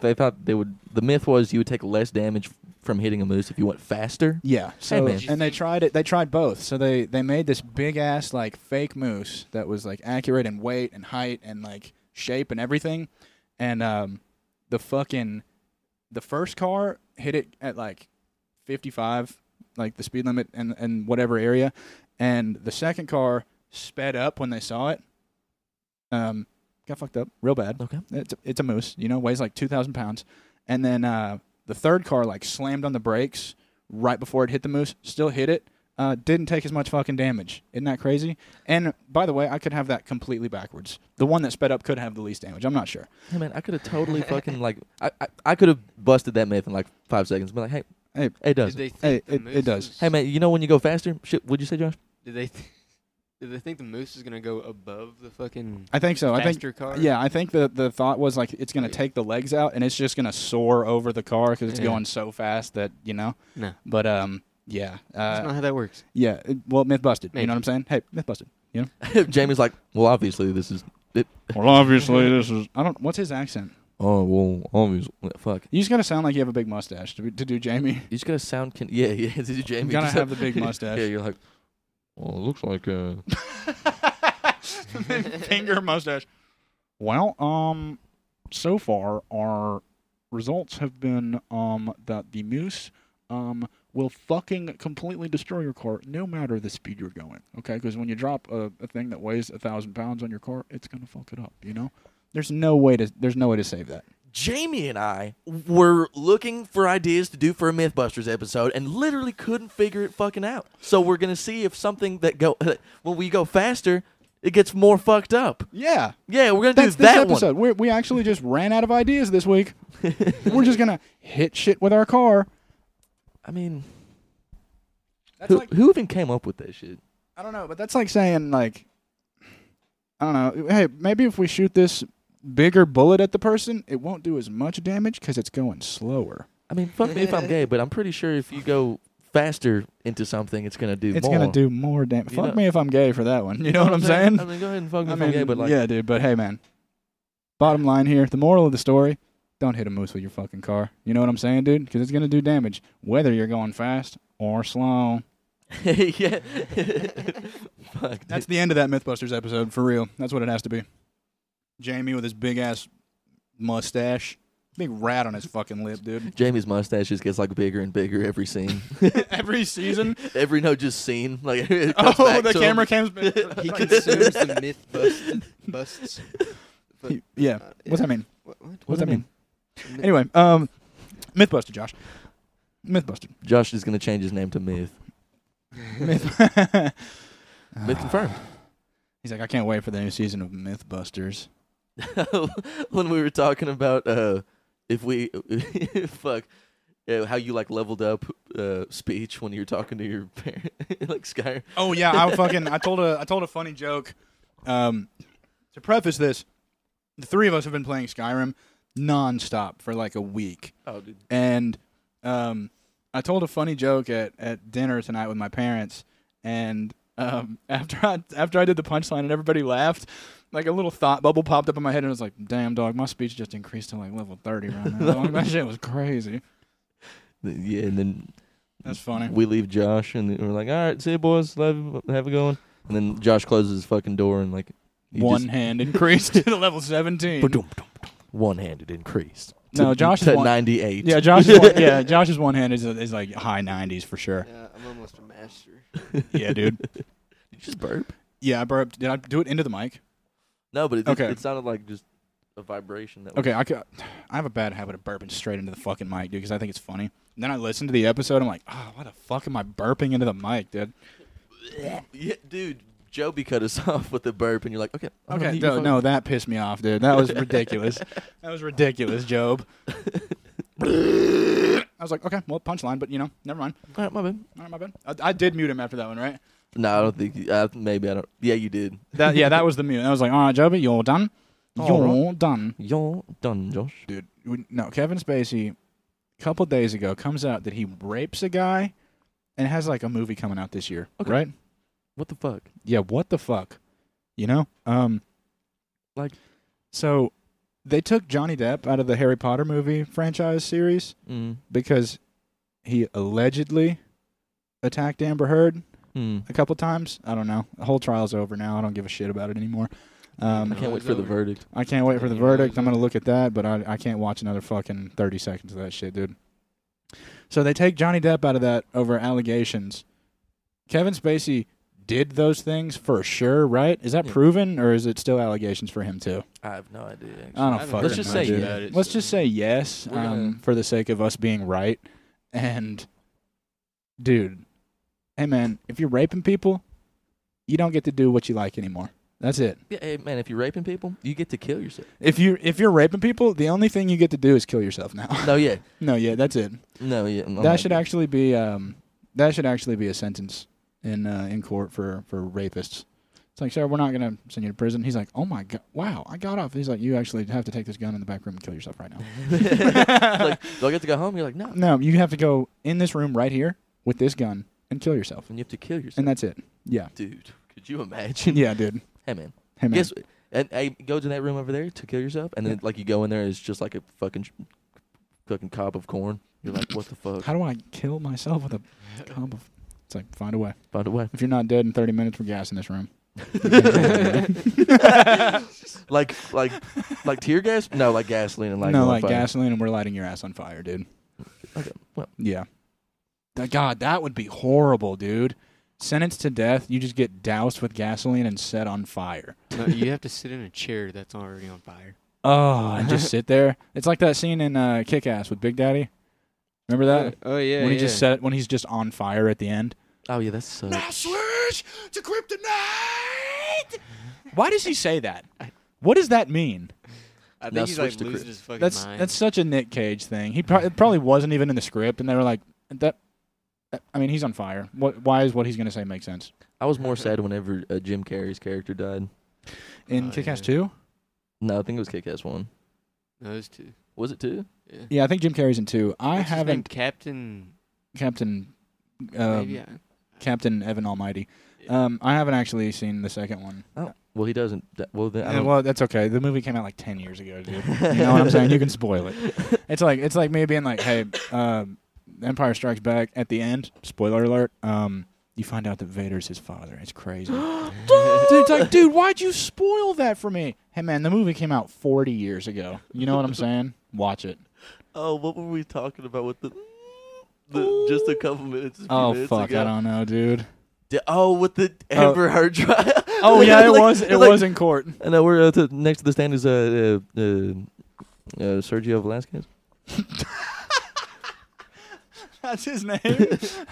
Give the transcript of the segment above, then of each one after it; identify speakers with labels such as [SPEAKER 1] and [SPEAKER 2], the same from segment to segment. [SPEAKER 1] they thought they would. The myth was you would take less damage from hitting a moose if you went faster.
[SPEAKER 2] Yeah. So
[SPEAKER 1] man.
[SPEAKER 2] and they tried it. They tried both. So they they made this big ass like fake moose that was like accurate in weight and height and like shape and everything, and um, the fucking the first car hit it at like 55, like the speed limit and and whatever area, and the second car sped up when they saw it. Um, got fucked up real bad.
[SPEAKER 1] Okay.
[SPEAKER 2] It's a, it's a moose, you know, weighs like 2,000 pounds. And then uh, the third car like slammed on the brakes right before it hit the moose, still hit it. Uh, didn't take as much fucking damage. Isn't that crazy? And by the way, I could have that completely backwards. The one that sped up could have the least damage. I'm not sure.
[SPEAKER 1] Hey man, I could have totally fucking like I I, I could have busted that myth in like five seconds. Be like, hey,
[SPEAKER 2] Hey,
[SPEAKER 1] it
[SPEAKER 3] Did
[SPEAKER 1] does.
[SPEAKER 3] they
[SPEAKER 2] Hey,
[SPEAKER 3] think
[SPEAKER 2] it-
[SPEAKER 3] the
[SPEAKER 2] it
[SPEAKER 3] moose
[SPEAKER 2] does.
[SPEAKER 3] was-
[SPEAKER 1] Hey man, you know when you go faster? Shit, would you say, Josh?
[SPEAKER 3] Did they th- did they think the moose is gonna go above the fucking
[SPEAKER 2] I think so. I think
[SPEAKER 3] faster car?
[SPEAKER 2] yeah, I think the the thought was like it's gonna
[SPEAKER 3] Yeah.
[SPEAKER 2] take the legs out and it's just gonna soar over the car because it's
[SPEAKER 3] Yeah.
[SPEAKER 2] going so fast that you know.
[SPEAKER 3] No.
[SPEAKER 2] But um, yeah, uh,
[SPEAKER 3] That's not how that works.
[SPEAKER 2] yeah. it- Well, myth busted. You
[SPEAKER 3] Maybe.
[SPEAKER 2] know what I'm saying? Hey, myth busted.
[SPEAKER 1] Jamie's like, well, obviously this is. It,
[SPEAKER 2] Well, obviously this is. I don't. What's his accent?
[SPEAKER 1] oh well, obviously. Fuck.
[SPEAKER 2] You just gotta sound like you have a big mustache to, be, to do Jamie.
[SPEAKER 1] You just gotta sound. Con- yeah, yeah. This is Jamie.
[SPEAKER 2] You gotta
[SPEAKER 1] Just
[SPEAKER 2] have the big mustache.
[SPEAKER 1] yeah, you're like. Well, it looks like uh.
[SPEAKER 2] Finger mustache. Well, um, so far our results have been um that the moose um will fucking completely destroy your car no matter the speed you're going. Okay, because when you drop a, a thing that weighs a thousand pounds on your car, it's gonna fuck it up. You know, there's no way to there's no way to save that.
[SPEAKER 1] Jamie and I were looking for ideas to do for a MythBusters episode, and literally couldn't figure it fucking out. So we're gonna see if something that go when we go faster, it gets more fucked up.
[SPEAKER 2] Yeah,
[SPEAKER 1] Yeah, we're gonna
[SPEAKER 2] That's
[SPEAKER 1] do
[SPEAKER 2] this
[SPEAKER 1] that one.
[SPEAKER 2] episode. we we actually just ran out of ideas this week. We're just gonna hit shit with our car.
[SPEAKER 1] I mean,
[SPEAKER 2] That's
[SPEAKER 1] who, who even came up with that shit?
[SPEAKER 2] I don't know, but that's like saying like I don't know. Hey, maybe if we shoot this bigger bullet at the person, it won't do as much damage because it's going slower.
[SPEAKER 1] I mean, fuck me if I'm gay, but I'm pretty sure if you go faster into something, it's gonna do
[SPEAKER 2] It's
[SPEAKER 1] more.
[SPEAKER 2] gonna do more damage.
[SPEAKER 1] You
[SPEAKER 2] Fuck
[SPEAKER 1] know-
[SPEAKER 2] me if I'm gay for that one. You know what I'm saying?
[SPEAKER 1] I mean, go ahead and fuck me
[SPEAKER 2] I
[SPEAKER 1] if I'm
[SPEAKER 2] mean,
[SPEAKER 1] gay, but like,
[SPEAKER 2] yeah, dude. But hey, man. Bottom line here, the moral of the story: don't hit a moose with your fucking car. You know what I'm saying, dude? Because it's gonna do damage whether you're going fast or slow.
[SPEAKER 1] yeah. fuck. dude.
[SPEAKER 2] That's the end of that MythBusters episode for real. That's what it has to be. Jamie with his big ass mustache, big rat on his fucking lip, dude.
[SPEAKER 1] Jamie's mustache just gets like bigger and bigger every scene.
[SPEAKER 2] Every season.
[SPEAKER 1] every no just scene like it comes
[SPEAKER 2] Oh,
[SPEAKER 1] back
[SPEAKER 2] the
[SPEAKER 1] to
[SPEAKER 2] camera
[SPEAKER 1] him.
[SPEAKER 2] comes.
[SPEAKER 3] He consumes the myth busted, busts.
[SPEAKER 2] He- yeah. What's that mean?
[SPEAKER 3] What, what?
[SPEAKER 2] What's
[SPEAKER 1] What
[SPEAKER 2] that
[SPEAKER 1] do
[SPEAKER 2] mean? Anyway, um, MythBuster, Josh. MythBuster.
[SPEAKER 1] Josh is gonna change his name to Myth.
[SPEAKER 2] Myth. Ah.
[SPEAKER 1] Myth confirmed.
[SPEAKER 2] He's like, I can't wait for the new season of MythBusters.
[SPEAKER 1] when we were talking about uh, if we fuck. Yeah, how you like leveled up uh, speech when you're talking to your parent, like Skyrim.
[SPEAKER 2] Oh yeah, I fucking I told a I told a funny joke. Um, to preface this, the three of us have been playing Skyrim nonstop for like a week.
[SPEAKER 1] Oh, dude.
[SPEAKER 2] and um, I told a funny joke at, at dinner tonight with my parents, and um, after I after I did the punchline and everybody laughed, like a little thought bubble popped up in my head, and I was like, "Damn, dog, my speech just increased to like level thirty right now. dog. that shit was crazy.
[SPEAKER 1] Yeah, and then
[SPEAKER 2] That's funny."
[SPEAKER 1] we leave Josh, and we're like, "All right, see you, boys. Love, have a good one." And then Josh closes his fucking door and like he
[SPEAKER 2] One
[SPEAKER 1] just-
[SPEAKER 2] hand increased to level seventeen.
[SPEAKER 1] one-handed increase.
[SPEAKER 2] No,
[SPEAKER 1] to,
[SPEAKER 2] Josh is
[SPEAKER 1] to
[SPEAKER 2] one-
[SPEAKER 1] ninety-eight.
[SPEAKER 2] Yeah, Josh. Is one, yeah, Josh's one hand is is like high nineties for sure.
[SPEAKER 3] Yeah, I'm almost a master.
[SPEAKER 2] Yeah, dude.
[SPEAKER 1] Did you just burp.
[SPEAKER 2] Yeah, I burped. Did I do it into the mic?
[SPEAKER 1] No, but it,
[SPEAKER 2] Okay.
[SPEAKER 1] it, sounded like just a vibration. That was,
[SPEAKER 2] Okay, I, ca- I have a bad habit of burping straight into the fucking mic, dude, because I think it's funny. And then I listen to the episode, I'm like, oh, why the fuck am I burping into the mic, dude?
[SPEAKER 1] Yeah, dude, Joby cut us off with the burp, and you're like, okay, I'm gonna
[SPEAKER 2] Okay,
[SPEAKER 1] mute your
[SPEAKER 2] no,
[SPEAKER 1] phone.
[SPEAKER 2] no, that pissed me off, dude. That was ridiculous. that was ridiculous, Job. I was like, okay, well, punchline, but you know, never mind.
[SPEAKER 1] All right, my bad.
[SPEAKER 2] All right, my bad. I, I did mute him after that one, right?
[SPEAKER 1] No, I don't think. you- Uh, maybe I don't. Yeah, you did.
[SPEAKER 2] That yeah, that was the mute. I was like, all right, Joby, you're done.
[SPEAKER 1] All
[SPEAKER 2] You're
[SPEAKER 1] right.
[SPEAKER 2] done,
[SPEAKER 1] You're done, Josh.
[SPEAKER 2] dude. we- No, Kevin Spacey, a couple days ago, comes out that he rapes a guy, and has like a movie coming out this year,
[SPEAKER 1] Okay.
[SPEAKER 2] right?
[SPEAKER 1] What the fuck?
[SPEAKER 2] yeah, what the fuck? You know? Um
[SPEAKER 1] Like-
[SPEAKER 2] so they took Johnny Depp out of the Harry Potter movie franchise series
[SPEAKER 1] Mm.
[SPEAKER 2] because he allegedly attacked Amber Heard
[SPEAKER 1] Mm.
[SPEAKER 2] a couple times. I don't know. The whole trial's over now. I don't give a shit about it anymore. Um,
[SPEAKER 1] I can't wait
[SPEAKER 3] it's
[SPEAKER 1] for the
[SPEAKER 3] over.
[SPEAKER 1] verdict.
[SPEAKER 2] I can't wait for the
[SPEAKER 3] You know, it's
[SPEAKER 2] verdict. I'm
[SPEAKER 3] over.
[SPEAKER 2] gonna look at that, but I I can't watch another fucking 30 seconds of that shit, dude. So they take Johnny Depp out of that over allegations. Kevin Spacey did those things for sure, right? Is that
[SPEAKER 1] Yeah.
[SPEAKER 2] proven, or is it still allegations for him too?
[SPEAKER 1] I have no idea. Actually.
[SPEAKER 2] I don't
[SPEAKER 3] I haven't
[SPEAKER 2] fucking
[SPEAKER 1] Let's just
[SPEAKER 2] know,
[SPEAKER 1] say
[SPEAKER 2] dude.
[SPEAKER 1] yes.
[SPEAKER 3] It's,
[SPEAKER 2] Let's
[SPEAKER 3] uh,
[SPEAKER 2] just say yes
[SPEAKER 3] we're gonna-
[SPEAKER 2] um, for the sake of us being right. And, dude, hey man, if you're raping people, you don't get to do what you like anymore. That's it.
[SPEAKER 1] Yeah, hey, man, if you're raping people, you get to kill yourself.
[SPEAKER 2] If you if you're raping people, the only thing you get to do is kill yourself now.
[SPEAKER 1] No, Oh yeah,
[SPEAKER 2] no, yeah, that's it.
[SPEAKER 1] no, yeah. I'm
[SPEAKER 2] that
[SPEAKER 1] not-
[SPEAKER 2] should actually be um that should actually be a sentence in uh, in court for for rapists. It's like, sir, we're not gonna send you to prison. He's like, oh my god, wow, I got off. He's like, you actually have to take this gun in the back room and kill yourself right now.
[SPEAKER 1] like, do I get to go home? You're like, no,
[SPEAKER 2] No, you have to go in this room right here with this gun and kill yourself,
[SPEAKER 1] and you have to kill yourself,
[SPEAKER 2] and that's it. Yeah,
[SPEAKER 1] dude. Could you imagine?
[SPEAKER 2] yeah, dude.
[SPEAKER 1] Hey, man.
[SPEAKER 2] Hey man,
[SPEAKER 1] Guess and I go to that room over there to kill yourself, and then
[SPEAKER 2] Yeah.
[SPEAKER 1] like you go in there, it's just like a fucking fucking cob of corn. You're like, what the fuck?
[SPEAKER 2] how do I kill myself with a comb of? It's like find a way.
[SPEAKER 1] Find a way.
[SPEAKER 2] If you're not dead in 30 minutes, we're gassing this room.
[SPEAKER 1] like like like tear gas? No, like gasoline and like
[SPEAKER 2] no,
[SPEAKER 1] on
[SPEAKER 2] like
[SPEAKER 1] fire.
[SPEAKER 2] gasoline, and we're lighting your ass on fire, dude.
[SPEAKER 1] Okay, well.
[SPEAKER 2] Yeah. Th- God, that would be horrible, dude. Sentenced to death, you just get doused with gasoline and set on fire.
[SPEAKER 3] No, you have to sit in a chair that's already on fire.
[SPEAKER 2] Oh, and just sit there. It's like that scene in uh, Kick Ass with Big Daddy. Remember that?
[SPEAKER 3] oh yeah.
[SPEAKER 2] when he
[SPEAKER 3] yeah.
[SPEAKER 2] just set when he's just on fire at the end.
[SPEAKER 1] Oh yeah, that's so.
[SPEAKER 2] switch to kryptonite. Why does he say that? What does that mean?
[SPEAKER 3] I think
[SPEAKER 1] Now
[SPEAKER 3] he's like
[SPEAKER 1] switch to
[SPEAKER 3] losing
[SPEAKER 1] Chris.
[SPEAKER 3] his fucking
[SPEAKER 2] That's
[SPEAKER 3] mind.
[SPEAKER 2] that's such a Nick Cage thing. He pro- it probably wasn't even in the script, and they were like, "That." uh, I mean, he's on fire. What? Why is what he's gonna say make sense?
[SPEAKER 1] I was more sad whenever uh, Jim Carrey's character died.
[SPEAKER 2] In
[SPEAKER 3] Oh,
[SPEAKER 2] Kick-Ass
[SPEAKER 3] yeah.
[SPEAKER 2] Two?
[SPEAKER 1] No, I think it was Kick-Ass one.
[SPEAKER 3] those two.
[SPEAKER 1] Was it two?
[SPEAKER 3] Yeah.
[SPEAKER 2] Yeah, I think Jim Carrey's in two. I
[SPEAKER 3] What's his name?
[SPEAKER 2] haven't
[SPEAKER 3] Captain.
[SPEAKER 2] Captain
[SPEAKER 3] maybe
[SPEAKER 2] um,
[SPEAKER 3] I,
[SPEAKER 2] Captain Evan Almighty.
[SPEAKER 1] uh,
[SPEAKER 3] Yeah.
[SPEAKER 2] Um, I haven't actually seen the second one.
[SPEAKER 1] Well, he doesn't. di- Well, then I
[SPEAKER 2] Yeah,
[SPEAKER 1] don't.
[SPEAKER 2] well, that's okay. The movie came out like ten years ago, dude. you know what I'm saying? You can spoil it. It's like it's like me being like, hey, um, Empire Strikes Back at the end. Spoiler alert. Um, you find out that Vader's his father. It's crazy. dude, it's like, dude, why'd you spoil that for me? Hey man, the movie came out 40 years ago. You know what I'm saying? Watch it.
[SPEAKER 1] oh, what were we talking about with the? the just a couple minutes. a few
[SPEAKER 2] Oh
[SPEAKER 1] minutes
[SPEAKER 2] fuck,
[SPEAKER 1] ago?
[SPEAKER 2] I don't know, dude.
[SPEAKER 1] Di- oh, with the
[SPEAKER 2] Oh.
[SPEAKER 1] Amber Heard trial.
[SPEAKER 2] Oh yeah, it
[SPEAKER 1] Like-
[SPEAKER 2] was it
[SPEAKER 1] like-
[SPEAKER 2] was in court.
[SPEAKER 1] And uh, we're uh, to, next to the stand is uh, uh, uh, uh, Sergio Velasquez.
[SPEAKER 2] That's his name. Mm,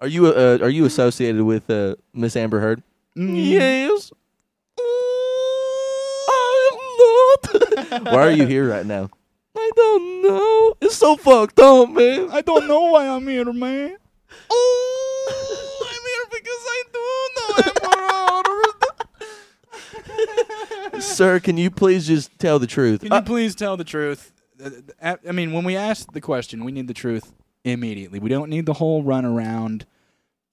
[SPEAKER 1] Are you uh, are you associated with uh, Miss Amber Heard?
[SPEAKER 2] Mm.
[SPEAKER 1] Yes. I'm not. Why are you here right now? I don't know. It's so fucked up, man.
[SPEAKER 2] I don't know why I'm here, man.
[SPEAKER 1] Oh, I'm here because I do know Amber Sir, can you please just tell the truth?
[SPEAKER 2] Can
[SPEAKER 1] Uh,
[SPEAKER 2] you please tell the truth? Uh, uh, I mean, when we ask the question, we need the truth immediately. We don't need the whole runaround.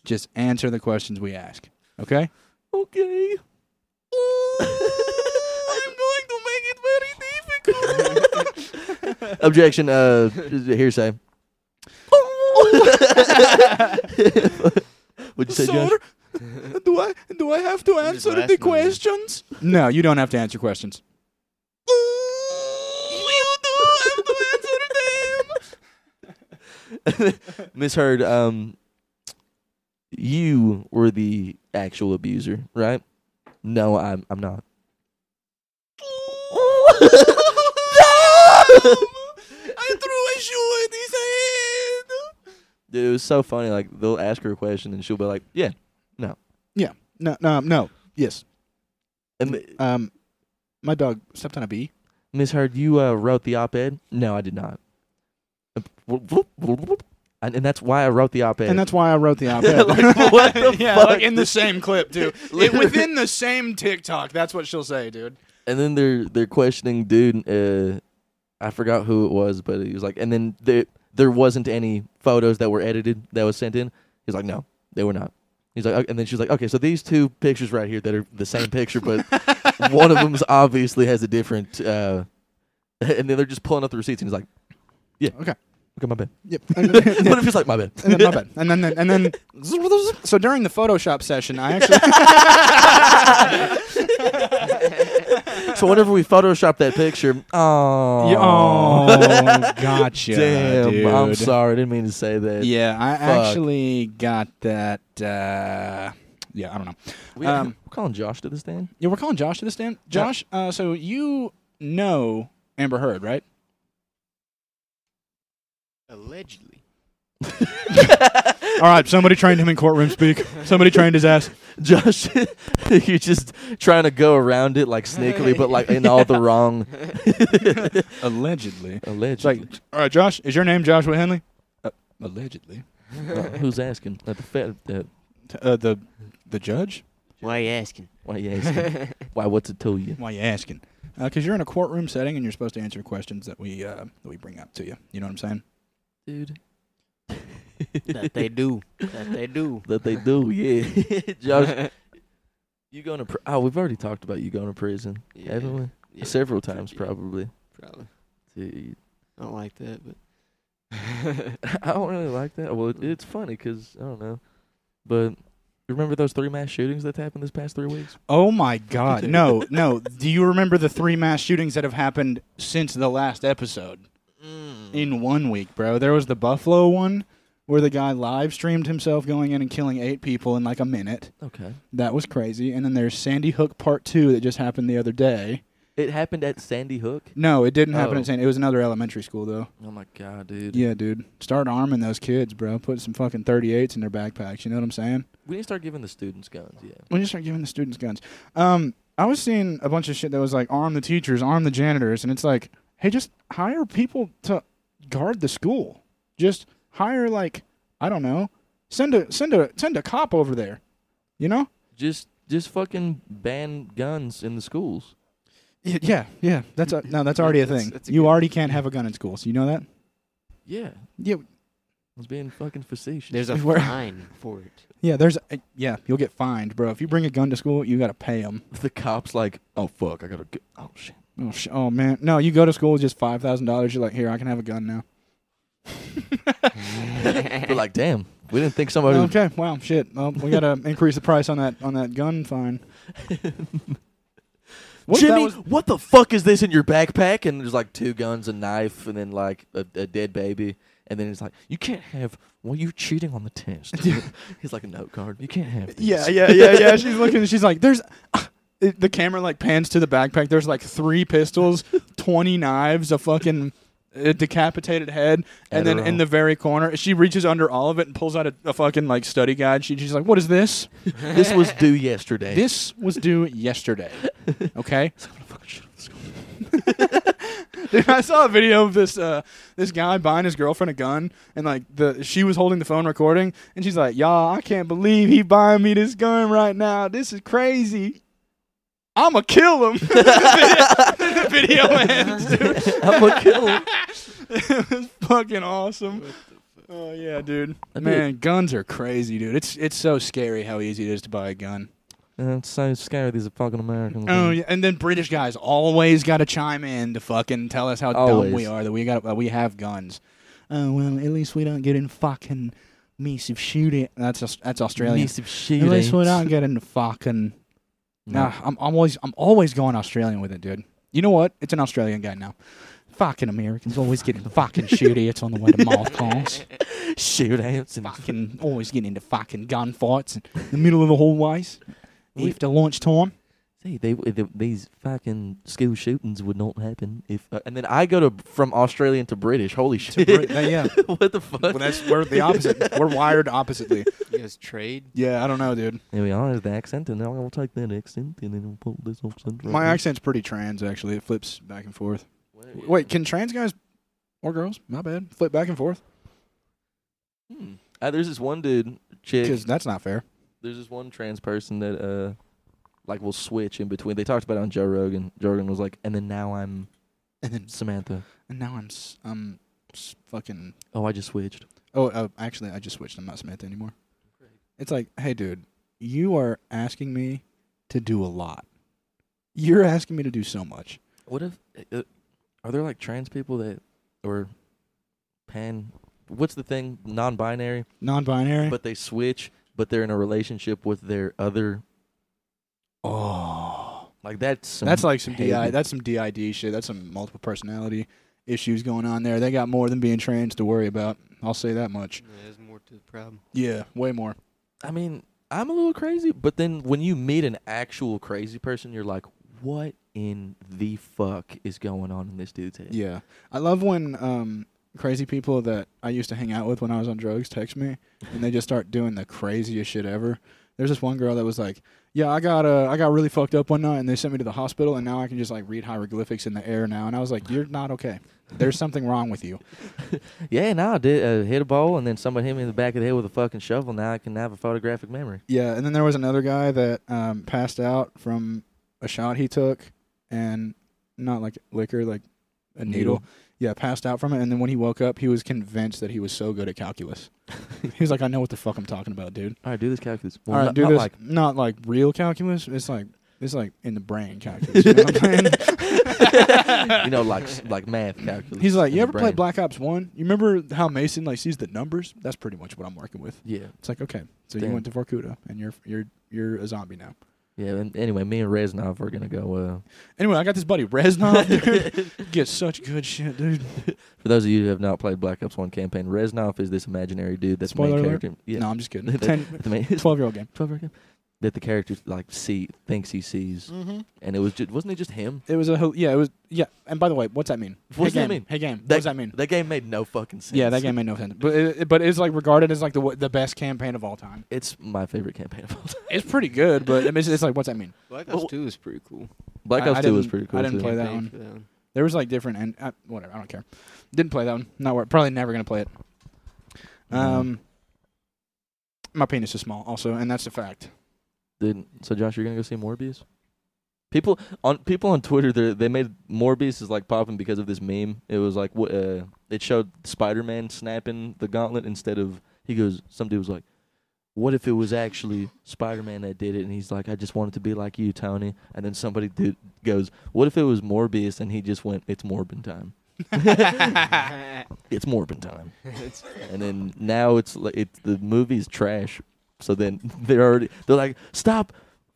[SPEAKER 2] Just answer the questions we ask. Okay?
[SPEAKER 1] Okay. Oh, I'm going to make it very difficult. Oh. Objection, uh, hearsay. Would you say, Josh?
[SPEAKER 2] do I do I have to
[SPEAKER 3] answer the last one, yeah.
[SPEAKER 2] questions? No, you don't have to answer questions.
[SPEAKER 1] Miss Heard, um, you were the actual abuser, right? No, I'm. I'm not. I threw a shoe at his head. Dude, it was so funny. Like they'll ask her a question and she'll be like, "Yeah,"
[SPEAKER 2] No, no, no. Yes.
[SPEAKER 1] and the-
[SPEAKER 2] Um, my dog stepped on a bee.
[SPEAKER 1] Miss Heard, you uh, wrote the op-ed? No, I did not. And, and that's why I wrote the op-ed.
[SPEAKER 2] And that's why I wrote the op-ed.
[SPEAKER 1] Like, what the
[SPEAKER 2] yeah,
[SPEAKER 1] fuck,
[SPEAKER 2] like in the
[SPEAKER 1] dude?
[SPEAKER 2] same clip too. It,
[SPEAKER 1] Literally.
[SPEAKER 2] within the same TikTok. That's what she'll say, dude.
[SPEAKER 1] and then they're they're questioning dude. Uh, I forgot who it was, but he was like, and then there there wasn't any photos that were edited that was sent in. He's like, no, they were not. He's like, "Okay," and then she's like, okay, so these two pictures right here that are the same picture, but one of them's obviously has a different. Uh, and then they're just pulling up the receipts, and he's like, "Yeah,
[SPEAKER 2] Okay.
[SPEAKER 1] look at my bed."
[SPEAKER 2] Yep. and then,
[SPEAKER 1] What if it's like my bed?
[SPEAKER 2] my bad. And then, and then, so during the Photoshop session, I actually
[SPEAKER 1] so whenever we Photoshop that picture, oh,
[SPEAKER 2] Yeah, oh, gotcha.
[SPEAKER 1] damn, I'm
[SPEAKER 2] dude.
[SPEAKER 1] sorry, I didn't mean to say that.
[SPEAKER 2] Yeah, I
[SPEAKER 1] Fuck.
[SPEAKER 2] actually got that. Uh, yeah, I don't know.
[SPEAKER 1] we,
[SPEAKER 2] um,
[SPEAKER 1] we're calling Josh to this stand.
[SPEAKER 2] Yeah, we're calling Josh to this damn. Josh, uh, so you know Amber Heard, right?
[SPEAKER 3] Allegedly.
[SPEAKER 2] All right, somebody trained him in courtroom speak. Somebody trained his ass.
[SPEAKER 1] Josh, you're just trying to go around it like sneakily, but like in all the wrong.
[SPEAKER 2] Allegedly. It's
[SPEAKER 1] Allegedly.
[SPEAKER 2] like, all right, Josh, is your name Joshua Henley? Uh, allegedly.
[SPEAKER 1] Uh, who's asking? Uh, the Fed. Uh,
[SPEAKER 2] Uh, the the judge?
[SPEAKER 3] Why are you asking?
[SPEAKER 1] why you asking? why? What's it to you?
[SPEAKER 2] Why you asking? Because you're in a courtroom setting and you're supposed to answer questions that we uh, that we bring up to you. You know what I'm saying?
[SPEAKER 1] dude.
[SPEAKER 3] that they do. That they do.
[SPEAKER 1] That they do, yeah. Josh, you going to? Pr- oh, we've already talked about you going to prison,
[SPEAKER 3] Yeah,
[SPEAKER 1] haven't we?
[SPEAKER 3] yeah,
[SPEAKER 1] Several
[SPEAKER 3] prob-
[SPEAKER 1] times,
[SPEAKER 3] yeah,
[SPEAKER 1] probably.
[SPEAKER 3] Probably.
[SPEAKER 1] Dude,
[SPEAKER 3] I don't like that, but.
[SPEAKER 1] I don't really like that. Well, it, it's funny because I don't know, but remember those three mass shootings that happened this past three weeks?
[SPEAKER 2] Oh my God!
[SPEAKER 1] Dude.
[SPEAKER 2] No, no. Do you remember the three mass shootings that have happened since the last episode?
[SPEAKER 3] Mm.
[SPEAKER 2] in one week, bro. There was the Buffalo one where the guy live streamed himself going in and killing eight people in like a minute.
[SPEAKER 1] Okay,
[SPEAKER 2] That was crazy. And then there's Sandy Hook Part Two that just happened the other day.
[SPEAKER 1] it happened at Sandy Hook.
[SPEAKER 2] No, it didn't happen
[SPEAKER 1] Oh.
[SPEAKER 2] at Sandy. It was another elementary school though.
[SPEAKER 1] Oh my god, dude!
[SPEAKER 2] Yeah, dude. Start arming those kids, bro. Put some fucking 38s in their backpacks. You know what I'm saying?
[SPEAKER 1] we need to start giving the students guns. Yeah,
[SPEAKER 2] When you start giving the students guns. Um, I was seeing a bunch of shit that was like arm the teachers, arm the janitors, and it's like, hey, just hire people to guard the school. Just hire like I don't know, send a send a send a cop over there. You know?
[SPEAKER 1] just just fucking ban guns in the schools.
[SPEAKER 2] Y- Yeah, yeah. That's a, no, that's already a
[SPEAKER 3] That's-
[SPEAKER 2] thing.
[SPEAKER 3] that's a
[SPEAKER 2] you
[SPEAKER 3] good-
[SPEAKER 2] already can't have a gun in school. So you know that?
[SPEAKER 1] Yeah,
[SPEAKER 2] Yeah,
[SPEAKER 1] I was being fucking facetious.
[SPEAKER 3] There's a
[SPEAKER 2] Where-
[SPEAKER 3] fine for it.
[SPEAKER 2] yeah. There's a, yeah. You'll get fined, bro. If you bring a gun to school, you gotta pay them.
[SPEAKER 1] the cops like, oh fuck, I gotta. Go- oh shit.
[SPEAKER 2] Oh, sh- oh man, no. You go to school with just five thousand dollars. You're like, here, I can have a gun now.
[SPEAKER 1] They're like, damn, we didn't think somebody. would
[SPEAKER 2] Oh, Okay. Wow. Shit. Well, we gotta increase the price on that on that gun fine. What if that
[SPEAKER 1] Jimmy,
[SPEAKER 2] was-
[SPEAKER 1] what the fuck is this in your backpack? And there's like two guns, a knife, and then like a, a dead baby. And then he's like, you can't have. Well, you cheating on the test. he's like a note card. You can't have. These.
[SPEAKER 2] yeah, yeah, yeah, yeah. She's looking. She's like, "There's." uh, It- the camera like pans to the backpack. There's like three pistols, twenty knives, a fucking a decapitated head, and then in
[SPEAKER 1] Adderall.
[SPEAKER 2] the very corner, she reaches under all of it and pulls out a, a fucking like study guide. She, she's like, "What is this?
[SPEAKER 1] this was due yesterday.
[SPEAKER 2] This was due yesterday." Okay.
[SPEAKER 1] So I'm gonna fucking shoot this guy.
[SPEAKER 2] Dude, I saw a video of this uh, this guy buying his girlfriend a gun, and like the she was holding the phone recording, and she's like, "Y'all, I can't believe he buying me this gun right now. This is crazy. I'ma kill him." the video ends. Dude.
[SPEAKER 1] I'm gonna kill him.
[SPEAKER 2] It was fucking awesome. Oh yeah, dude.
[SPEAKER 1] I did.
[SPEAKER 2] Man, guns are crazy, dude. It's it's so scary how easy it is to buy a gun.
[SPEAKER 1] Uh, it's so scary. These are fucking Americans.
[SPEAKER 2] Oh yeah, and then British guys always got to chime in to fucking tell us how
[SPEAKER 1] Always.
[SPEAKER 2] dumb we are that we got that we have guns. Oh well, at least we don't get in fucking massive shooting. That's Aus- that's Australian.
[SPEAKER 1] Piece of
[SPEAKER 2] At
[SPEAKER 1] shit.
[SPEAKER 2] least we don't get into fucking. Nah, I'm, I'm always I'm always going Australian with it, dude. You know what? It's an Australian guy now. Fucking Americans always getting fucking shoot it's on the way to mouth calls.
[SPEAKER 1] shootouts and
[SPEAKER 2] Fucking always getting into fucking gunfights in the middle of the hallways
[SPEAKER 1] We-
[SPEAKER 2] after lunchtime.
[SPEAKER 1] See, they, they these fucking school shootings would not happen if. Uh, and then I go to from Australian to British. Holy
[SPEAKER 2] To
[SPEAKER 1] shit!
[SPEAKER 2] Brit- yeah.
[SPEAKER 1] what the fuck?
[SPEAKER 2] Well, that's we're the opposite. we're wired oppositely.
[SPEAKER 3] You guys trade?
[SPEAKER 2] Yeah, I don't know, dude.
[SPEAKER 1] There we are. There's the accent, and now I'll take that accent, and then we'll put this accent. Right
[SPEAKER 2] My
[SPEAKER 1] here.
[SPEAKER 2] accent's pretty trans, actually. It flips back and forth. Wait, can trans guys or girls? My bad. Flip back and forth
[SPEAKER 1] Hmm. Uh, there's this one dude, chick.
[SPEAKER 2] because that's not fair.
[SPEAKER 1] There's this one trans person that uh, like will switch in between. They talked about it on Joe Rogan. Joe Rogan was like, and then now I'm
[SPEAKER 2] And then
[SPEAKER 1] Samantha.
[SPEAKER 2] and now I'm s- I'm s- fucking.
[SPEAKER 1] Oh, I just switched.
[SPEAKER 2] Oh, oh, actually, I just switched. I'm not Samantha anymore. It's like, hey, dude, you are asking me to do a lot. You're asking me to do so much.
[SPEAKER 1] What if? Uh, Are there like trans people that or pan? What's the thing? Non-binary,
[SPEAKER 2] Non-binary.
[SPEAKER 1] but they switch, but they're in a relationship with their other.
[SPEAKER 2] oh,
[SPEAKER 1] Like that's some
[SPEAKER 2] that's like some di.
[SPEAKER 1] hated-
[SPEAKER 2] That's some did shit. That's some multiple personality issues going on there. They got more than being trans to worry about. I'll say that much.
[SPEAKER 3] There's more to the problem.
[SPEAKER 2] Yeah, way more.
[SPEAKER 1] I mean, I'm a little crazy, but then when you meet an actual crazy person, you're like, what in the fuck is going on in this dude's head?
[SPEAKER 2] Yeah, I love when um crazy people that I used to hang out with when I was on drugs text me and they just start doing the craziest shit ever. There's this one girl that was like, "Yeah, I got uh, I got really fucked up one night, and they sent me to the hospital, and now I can just like read hieroglyphics in the air now." And I was like, "You're not okay. There's something wrong with you."
[SPEAKER 1] Yeah, no, I did uh, hit a ball and then somebody hit me in the back of the head with a fucking shovel. Now I can have a photographic memory.
[SPEAKER 2] Yeah, and then there was another guy that um, passed out from a shot he took, and not like liquor, like a needle.
[SPEAKER 1] Needle.
[SPEAKER 2] Yeah, passed out from it, and then when he woke up, he was convinced that he was so good at calculus. he was like, "I know what the fuck I'm talking about, dude."
[SPEAKER 1] All right, do this calculus.
[SPEAKER 2] All right,
[SPEAKER 1] not,
[SPEAKER 2] do
[SPEAKER 1] not
[SPEAKER 2] this.
[SPEAKER 1] like-
[SPEAKER 2] not like real calculus. It's like it's like in the brain calculus. you know what I'm saying?
[SPEAKER 1] you know, like s- like math calculus.
[SPEAKER 2] He's like,
[SPEAKER 1] in
[SPEAKER 2] "You
[SPEAKER 1] the
[SPEAKER 2] ever play
[SPEAKER 1] brain."
[SPEAKER 2] Black Ops One? You remember how Mason like sees the numbers? That's pretty much what I'm working with."
[SPEAKER 1] Yeah,
[SPEAKER 2] It's like, okay, so you
[SPEAKER 1] Damn.
[SPEAKER 2] went to Vorkuta, and you're you're you're a zombie now.
[SPEAKER 1] yeah. And anyway, me and Reznov are gonna go. Uh,
[SPEAKER 2] Anyway, I got this buddy Reznov, dude. Gets such good shit, dude.
[SPEAKER 1] for those of you who have not played Black Ops One campaign, Reznov is this imaginary dude that's the main
[SPEAKER 2] Spoiler alert.
[SPEAKER 1] character. Yeah,
[SPEAKER 2] No, I'm just kidding.
[SPEAKER 1] That-
[SPEAKER 2] 10,
[SPEAKER 1] the main-
[SPEAKER 2] 12 year old game.
[SPEAKER 1] Twelve year old that the character like see thinks he sees,
[SPEAKER 2] Mm-hmm.
[SPEAKER 1] and it was just wasn't it just him?
[SPEAKER 2] It was a hel- yeah. It was yeah. And by the way, what's that mean?
[SPEAKER 1] What does
[SPEAKER 2] hey
[SPEAKER 1] that
[SPEAKER 2] game,
[SPEAKER 1] mean?
[SPEAKER 2] Hey game.
[SPEAKER 1] That-
[SPEAKER 2] what does that mean?
[SPEAKER 1] That game made no fucking sense.
[SPEAKER 2] yeah, that game made no sense. But it, it- but it's like regarded as like the wa- the best campaign of all time.
[SPEAKER 1] It's my favorite campaign of all time.
[SPEAKER 2] It's pretty good, but I mean, it's, it's like what's that mean?
[SPEAKER 3] Black
[SPEAKER 1] Well,
[SPEAKER 3] Ops 2 is pretty cool.
[SPEAKER 1] Black
[SPEAKER 2] I-
[SPEAKER 1] Ops
[SPEAKER 2] I
[SPEAKER 1] Two was pretty
[SPEAKER 2] didn't- I
[SPEAKER 1] cool.
[SPEAKER 2] didn't
[SPEAKER 1] too.
[SPEAKER 2] play that
[SPEAKER 3] Campaign
[SPEAKER 2] one.
[SPEAKER 3] for one.
[SPEAKER 2] There was like different and uh, whatever. I don't care. Didn't play that one. Not wor- probably never gonna play it.
[SPEAKER 1] Mm-hmm.
[SPEAKER 2] Um, my penis is small, also, and that's a fact.
[SPEAKER 1] Didn't. So Josh, you're gonna go see Morbius? People on people on Twitter, they they made Morbius is like popping because of this meme. It was like what uh, it showed Spider-Man snapping the gauntlet instead of he goes. Some dude was like, "What if it was actually Spider-Man that did it?" And he's like, "I just wanted to be like you, Tony." And then somebody dude goes, "What if it was Morbius?" And he just went, "It's Morbin time. It's Morbin time."
[SPEAKER 3] It's-
[SPEAKER 1] and then now it's like it, the movie's trash. So then they're already they're like, stop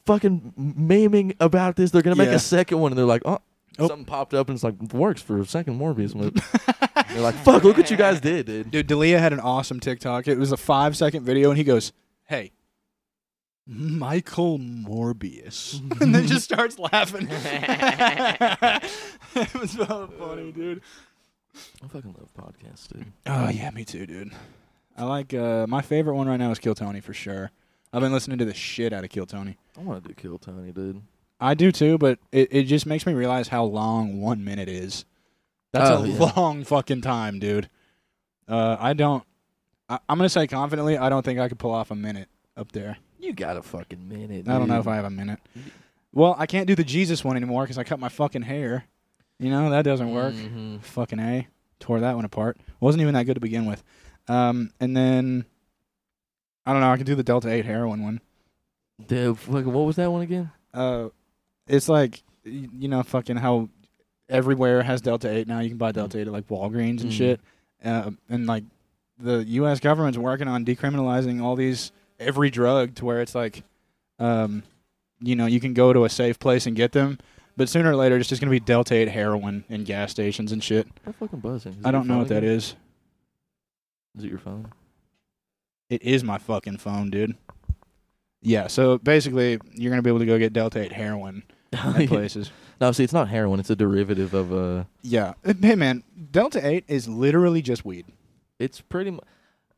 [SPEAKER 1] fucking memeing about this. They're gonna make
[SPEAKER 2] Yeah.
[SPEAKER 1] a second one, and they're like, oh,
[SPEAKER 2] Oh.
[SPEAKER 1] something popped up, and it's like works for a second Morbius movie. they're like, fuck, look what you guys did, dude.
[SPEAKER 2] Dude, Dalia had an awesome TikTok. It was a five second video, and he goes, "Hey, Michael Morbius," and then just starts laughing. it was so funny, dude.
[SPEAKER 1] I fucking love podcasts, dude.
[SPEAKER 2] Oh yeah, me too, dude. I like uh, my favorite one right now is Kill Tony for sure. I've been listening to the shit out of Kill Tony.
[SPEAKER 1] I want to do Kill Tony, dude.
[SPEAKER 2] I do too, but it, it just makes me realize how long one minute is. That's
[SPEAKER 1] Oh,
[SPEAKER 2] a
[SPEAKER 1] yeah.
[SPEAKER 2] long fucking time, dude. Uh, I don't. I, I'm gonna say confidently, I don't think I could pull off a minute up there.
[SPEAKER 1] You got a fucking minute.
[SPEAKER 2] I don't know
[SPEAKER 1] dude.
[SPEAKER 2] if I have a minute. Well, I can't do the Jesus one anymore because I cut my fucking hair. You know that doesn't work.
[SPEAKER 1] Mhm.
[SPEAKER 2] Fucking a tore that one apart. Wasn't even that good to begin with. Um, and then I don't know. I can do the Delta Eight heroin one.
[SPEAKER 1] Dude, fucking, what was that one again?
[SPEAKER 2] Uh, it's like y- you know fucking how everywhere has Delta Eight now. You can buy Delta Eight at like Walgreens and
[SPEAKER 1] Mm.
[SPEAKER 2] shit. Uh, and like the U.S. government's working on decriminalizing all these every drug to where it's like, um, you know, you can go to a safe place and get them. But sooner or later, it's just gonna be Delta Eight heroin in gas stations and shit.
[SPEAKER 1] That fucking buzzing. Is
[SPEAKER 2] I
[SPEAKER 1] it your
[SPEAKER 2] don't know
[SPEAKER 1] phone
[SPEAKER 2] what that
[SPEAKER 1] again?
[SPEAKER 2] is.
[SPEAKER 1] Is it your phone?
[SPEAKER 2] It is my fucking phone, dude. Yeah, so basically, you're gonna be able to go get Delta Eight heroin at places.
[SPEAKER 1] no, see, it's not heroin. It's a derivative of Uh,
[SPEAKER 2] Yeah. Uh, Hey, man, Delta 8 is literally just weed.
[SPEAKER 1] it's pretty much.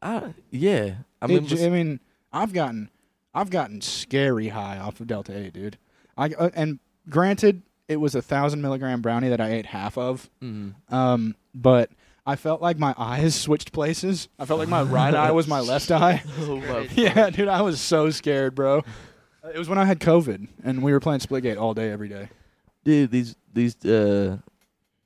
[SPEAKER 1] I yeah. I
[SPEAKER 2] I
[SPEAKER 1] mean,
[SPEAKER 2] mean, I mean I've gotten I've gotten scary high off of Delta 8, dude. I, uh, and granted, it was a 1,000 milligram brownie that I ate half of,
[SPEAKER 1] mm,
[SPEAKER 2] um, but I felt like my eyes switched places. I felt like my right eye was my left eye.
[SPEAKER 1] Oh, my
[SPEAKER 2] Yeah, dude, I was so scared, bro. Uh, It was when I had COVID, and we were playing Splitgate all day, every day.
[SPEAKER 1] dude, these these uh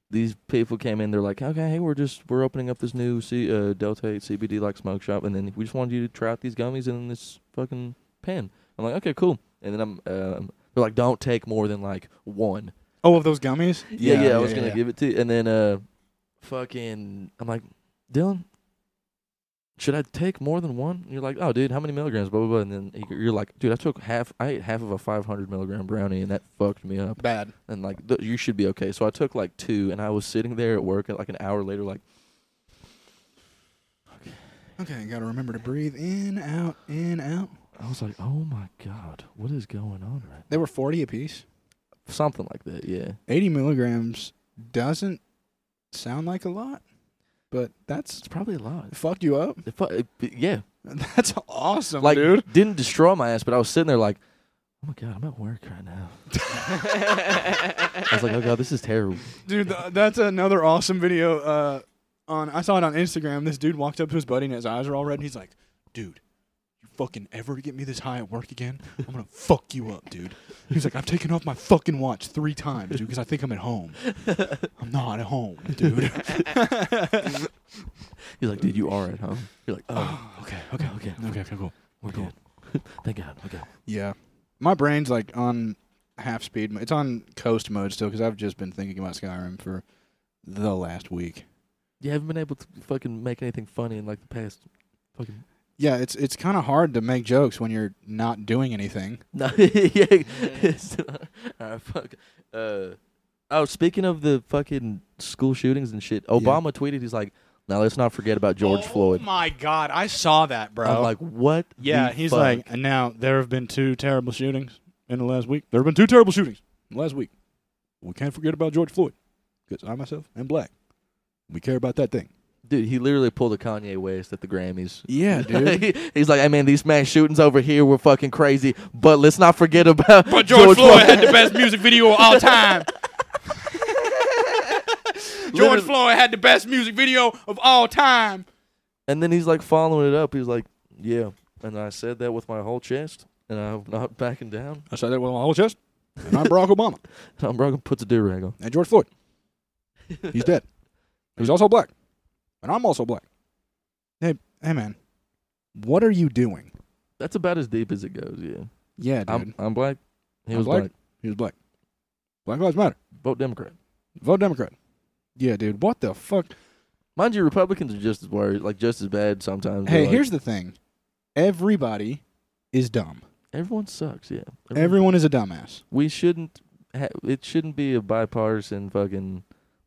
[SPEAKER 1] these people came in. They're like, okay, hey, we're just we're opening up this new C, uh, Delta Eight CBD like smoke shop, and then we just wanted you to try out these gummies in this uh, fucking pen. I'm like, okay, cool. And then I'm um, they're like, don't take more than like one.
[SPEAKER 2] Oh, of those gummies?
[SPEAKER 1] Yeah, yeah, I was
[SPEAKER 2] yeah,
[SPEAKER 1] gonna
[SPEAKER 2] yeah.
[SPEAKER 1] give it to you. And then uh fucking I'm like, Dylan, should I take more than one? And you're like, Oh dude, how many milligrams? Blah blah blah and then he- you're like, dude, I took half I ate half of a five hundred milligram brownie and that fucked me up.
[SPEAKER 2] Bad.
[SPEAKER 1] And like th- you should be okay. So I took like two and I was sitting there at work at like an hour later like
[SPEAKER 2] Okay, gotta remember to breathe in, out, in, out.
[SPEAKER 1] I was like, Oh my god, what is going on right
[SPEAKER 2] They were 40 apiece.
[SPEAKER 1] now? Something like that, yeah.
[SPEAKER 2] 80 milligrams doesn't sound like a lot, but that's
[SPEAKER 1] It's probably a lot.
[SPEAKER 2] fucked you up.
[SPEAKER 1] It fu- it- yeah.
[SPEAKER 2] That's awesome,
[SPEAKER 1] Like
[SPEAKER 2] dude.
[SPEAKER 1] didn't destroy my ass, but I was sitting there like Oh my god, I'm at work right now. I was like, oh god, this is terrible.
[SPEAKER 2] Dude, th- that's another awesome video. Uh, on I saw it on Instagram. This dude walked up to his buddy and his eyes are all red, and he's like, "Dude, you fucking ever get me this high at work again? I'm gonna fuck you up, dude." He's like, "I've taken off my fucking watch three times, dude, because I think I'm at home. I'm not at home, dude."
[SPEAKER 1] He's like, dude, you are at home. You're like, oh,
[SPEAKER 2] okay,
[SPEAKER 1] okay, okay,
[SPEAKER 2] okay, okay, cool.
[SPEAKER 1] we're
[SPEAKER 2] cool.
[SPEAKER 1] good. Thank God, okay.
[SPEAKER 2] Yeah, my brain's like on half speed. mo- It's on coast mode still because I've just been thinking about Skyrim for the last week.
[SPEAKER 1] You haven't been able to fucking make anything funny in like the past fucking.
[SPEAKER 2] Yeah, it's it's kind of hard to make jokes when you're not doing anything.
[SPEAKER 1] No, yeah. it's- all right, fuck. Uh, oh, speaking of the fucking school shootings and shit, Obama tweeted, he's like, now let's not forget about George Floyd.
[SPEAKER 2] Oh my god, I saw that, bro.
[SPEAKER 1] I'm like, what?
[SPEAKER 2] yeah,
[SPEAKER 1] the
[SPEAKER 2] he's
[SPEAKER 1] fuck?"
[SPEAKER 2] like, and now there have been two terrible shootings in the last week. There have been two terrible shootings in the last week. We can't forget about George Floyd because I myself am black. We care about that thing.
[SPEAKER 1] dude, he literally pulled a Kanye West at the Grammys.
[SPEAKER 2] Yeah,
[SPEAKER 1] He's like, hey man, these mass shootings over here were fucking crazy, but let's not forget about
[SPEAKER 2] but George, Floyd, had the best music video of all time. George
[SPEAKER 1] Literally-
[SPEAKER 2] Floyd had the best music video of all time.
[SPEAKER 1] And then he's like following it up. He's like, yeah. And I said that with my whole chest, and I'm not backing down.
[SPEAKER 2] I said that with my whole chest. And I'm Barack Obama.
[SPEAKER 1] Tom Brogan puts a do rag on.
[SPEAKER 2] and George Floyd. He's dead. He was also black, and I'm also black. Hey, hey, man, what are you doing?
[SPEAKER 1] That's about as deep as it goes. Yeah,
[SPEAKER 2] Yeah, dude,
[SPEAKER 1] I'm I'm black. He
[SPEAKER 2] I'm
[SPEAKER 1] was
[SPEAKER 2] black.
[SPEAKER 1] black.
[SPEAKER 2] he was black. Black lives matter.
[SPEAKER 1] Vote Democrat.
[SPEAKER 2] Vote Democrat. Yeah, dude, what the fuck?
[SPEAKER 1] Mind you, Republicans are just as worried, like just as bad sometimes. They're
[SPEAKER 2] Hey,
[SPEAKER 1] like,
[SPEAKER 2] here's the thing: everybody is dumb.
[SPEAKER 1] everyone sucks. Yeah, Everyone-
[SPEAKER 2] Everyone is a dumbass.
[SPEAKER 1] we shouldn't. Ha- it shouldn't be a bipartisan fucking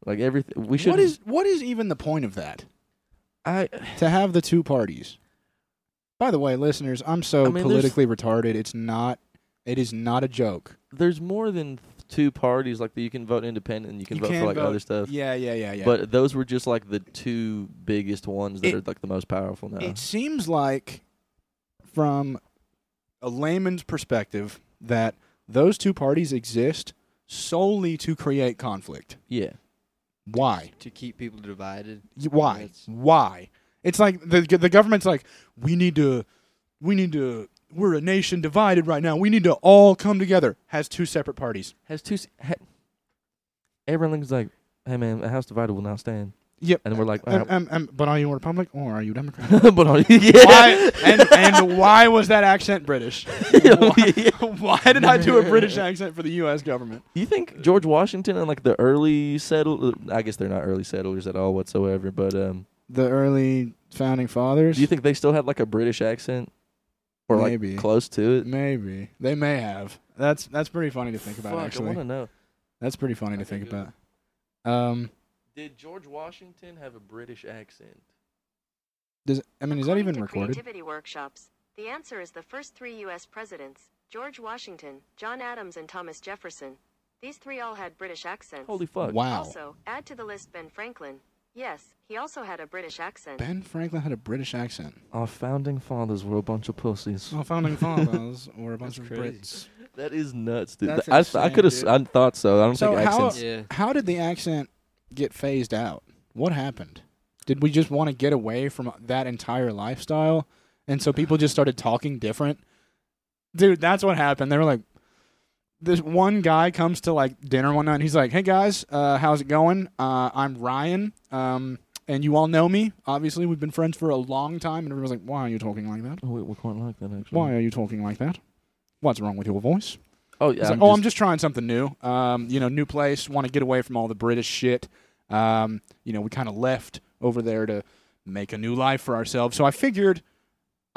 [SPEAKER 1] like everything. We should.
[SPEAKER 2] What is what is even the point of that?
[SPEAKER 1] I?
[SPEAKER 2] To have the two parties. By the way, listeners, I'm so
[SPEAKER 1] I mean, there's-
[SPEAKER 2] politically retarded. It's not. It is not a joke.
[SPEAKER 1] There's more than two parties. Like you can vote independent, and you can
[SPEAKER 2] You
[SPEAKER 1] vote
[SPEAKER 2] can
[SPEAKER 1] for like
[SPEAKER 2] vote-
[SPEAKER 1] other stuff.
[SPEAKER 2] Yeah, yeah, yeah, yeah.
[SPEAKER 1] But those were just like the two biggest ones that
[SPEAKER 2] It-
[SPEAKER 1] are like the most powerful now.
[SPEAKER 2] It seems like, from a layman's perspective, that those two parties exist solely to create conflict.
[SPEAKER 1] Yeah.
[SPEAKER 2] Why?
[SPEAKER 3] to keep people divided.
[SPEAKER 2] Y- Why?
[SPEAKER 3] That's-
[SPEAKER 2] Why? It's like the the government's like, we need to, we need to. We're a nation divided right now. We need to all come together. Has two separate parties.
[SPEAKER 1] Has two. s- Ha- Everyone's like, hey man, a house divided will not stand.
[SPEAKER 2] Yep.
[SPEAKER 1] And we're like,
[SPEAKER 2] Um,
[SPEAKER 1] alright.
[SPEAKER 2] um, um, but are you a Republican or are you Democrat?
[SPEAKER 1] but on, yeah.
[SPEAKER 2] why? And, and why was that accent British? Why,
[SPEAKER 1] Yeah.
[SPEAKER 2] why did I do a British accent for the U.S. government?
[SPEAKER 1] You think George Washington and like the early settlers? I guess they're not early settlers at all whatsoever. But um,
[SPEAKER 2] the early founding fathers.
[SPEAKER 1] do you think they still had like a British accent, or like
[SPEAKER 2] Maybe.
[SPEAKER 1] close to it?
[SPEAKER 2] Maybe they may have. That's that's pretty funny to think about.
[SPEAKER 1] Fuck, I
[SPEAKER 2] actually,
[SPEAKER 1] want to know.
[SPEAKER 2] that's pretty funny to
[SPEAKER 1] Okay,
[SPEAKER 2] think
[SPEAKER 1] good.
[SPEAKER 2] about. Um,
[SPEAKER 1] Did George Washington have a British accent?
[SPEAKER 2] does I mean is that
[SPEAKER 4] According
[SPEAKER 2] even
[SPEAKER 4] to
[SPEAKER 2] recorded?
[SPEAKER 4] Creativity workshops. The answer is the first three U.S. presidents: George Washington, John Adams, and Thomas Jefferson. These three all had British accents.
[SPEAKER 1] Holy fuck!
[SPEAKER 2] Wow.
[SPEAKER 4] Also, add to the list Ben Franklin. Yes, he also had a British accent.
[SPEAKER 2] Ben Franklin had a British accent.
[SPEAKER 1] Our founding fathers were a bunch of pussies.
[SPEAKER 2] Well, founding fathers were a bunch
[SPEAKER 3] That's
[SPEAKER 2] of
[SPEAKER 3] crazy.
[SPEAKER 2] Brits.
[SPEAKER 1] That is nuts, dude.
[SPEAKER 2] That's
[SPEAKER 1] I, I
[SPEAKER 2] insane,
[SPEAKER 1] could have
[SPEAKER 2] dude.
[SPEAKER 1] I thought so. I don't
[SPEAKER 2] So
[SPEAKER 1] think
[SPEAKER 2] how-
[SPEAKER 1] accents.
[SPEAKER 3] Yeah.
[SPEAKER 2] How did the accent get phased out? What happened? Did we just want to get away from that entire lifestyle, and so people just started talking different? Dude, that's what happened. They were like, this one guy comes to like dinner one night. And he's like, "Hey guys, uh, how's it going? Uh, I'm Ryan, um, and you all know me. Obviously, we've been friends for a long time." And everyone's like, "Why are you talking like that?
[SPEAKER 1] Oh, wait, we quite like that actually.
[SPEAKER 2] Why are you talking like that? What's wrong with your voice?
[SPEAKER 1] Oh yeah.
[SPEAKER 2] It's like, oh, I'm just trying something new. Um, you know, new place. Want to get away from all the British shit. Um, you know, we kind of left over there to make a new life for ourselves. So I figured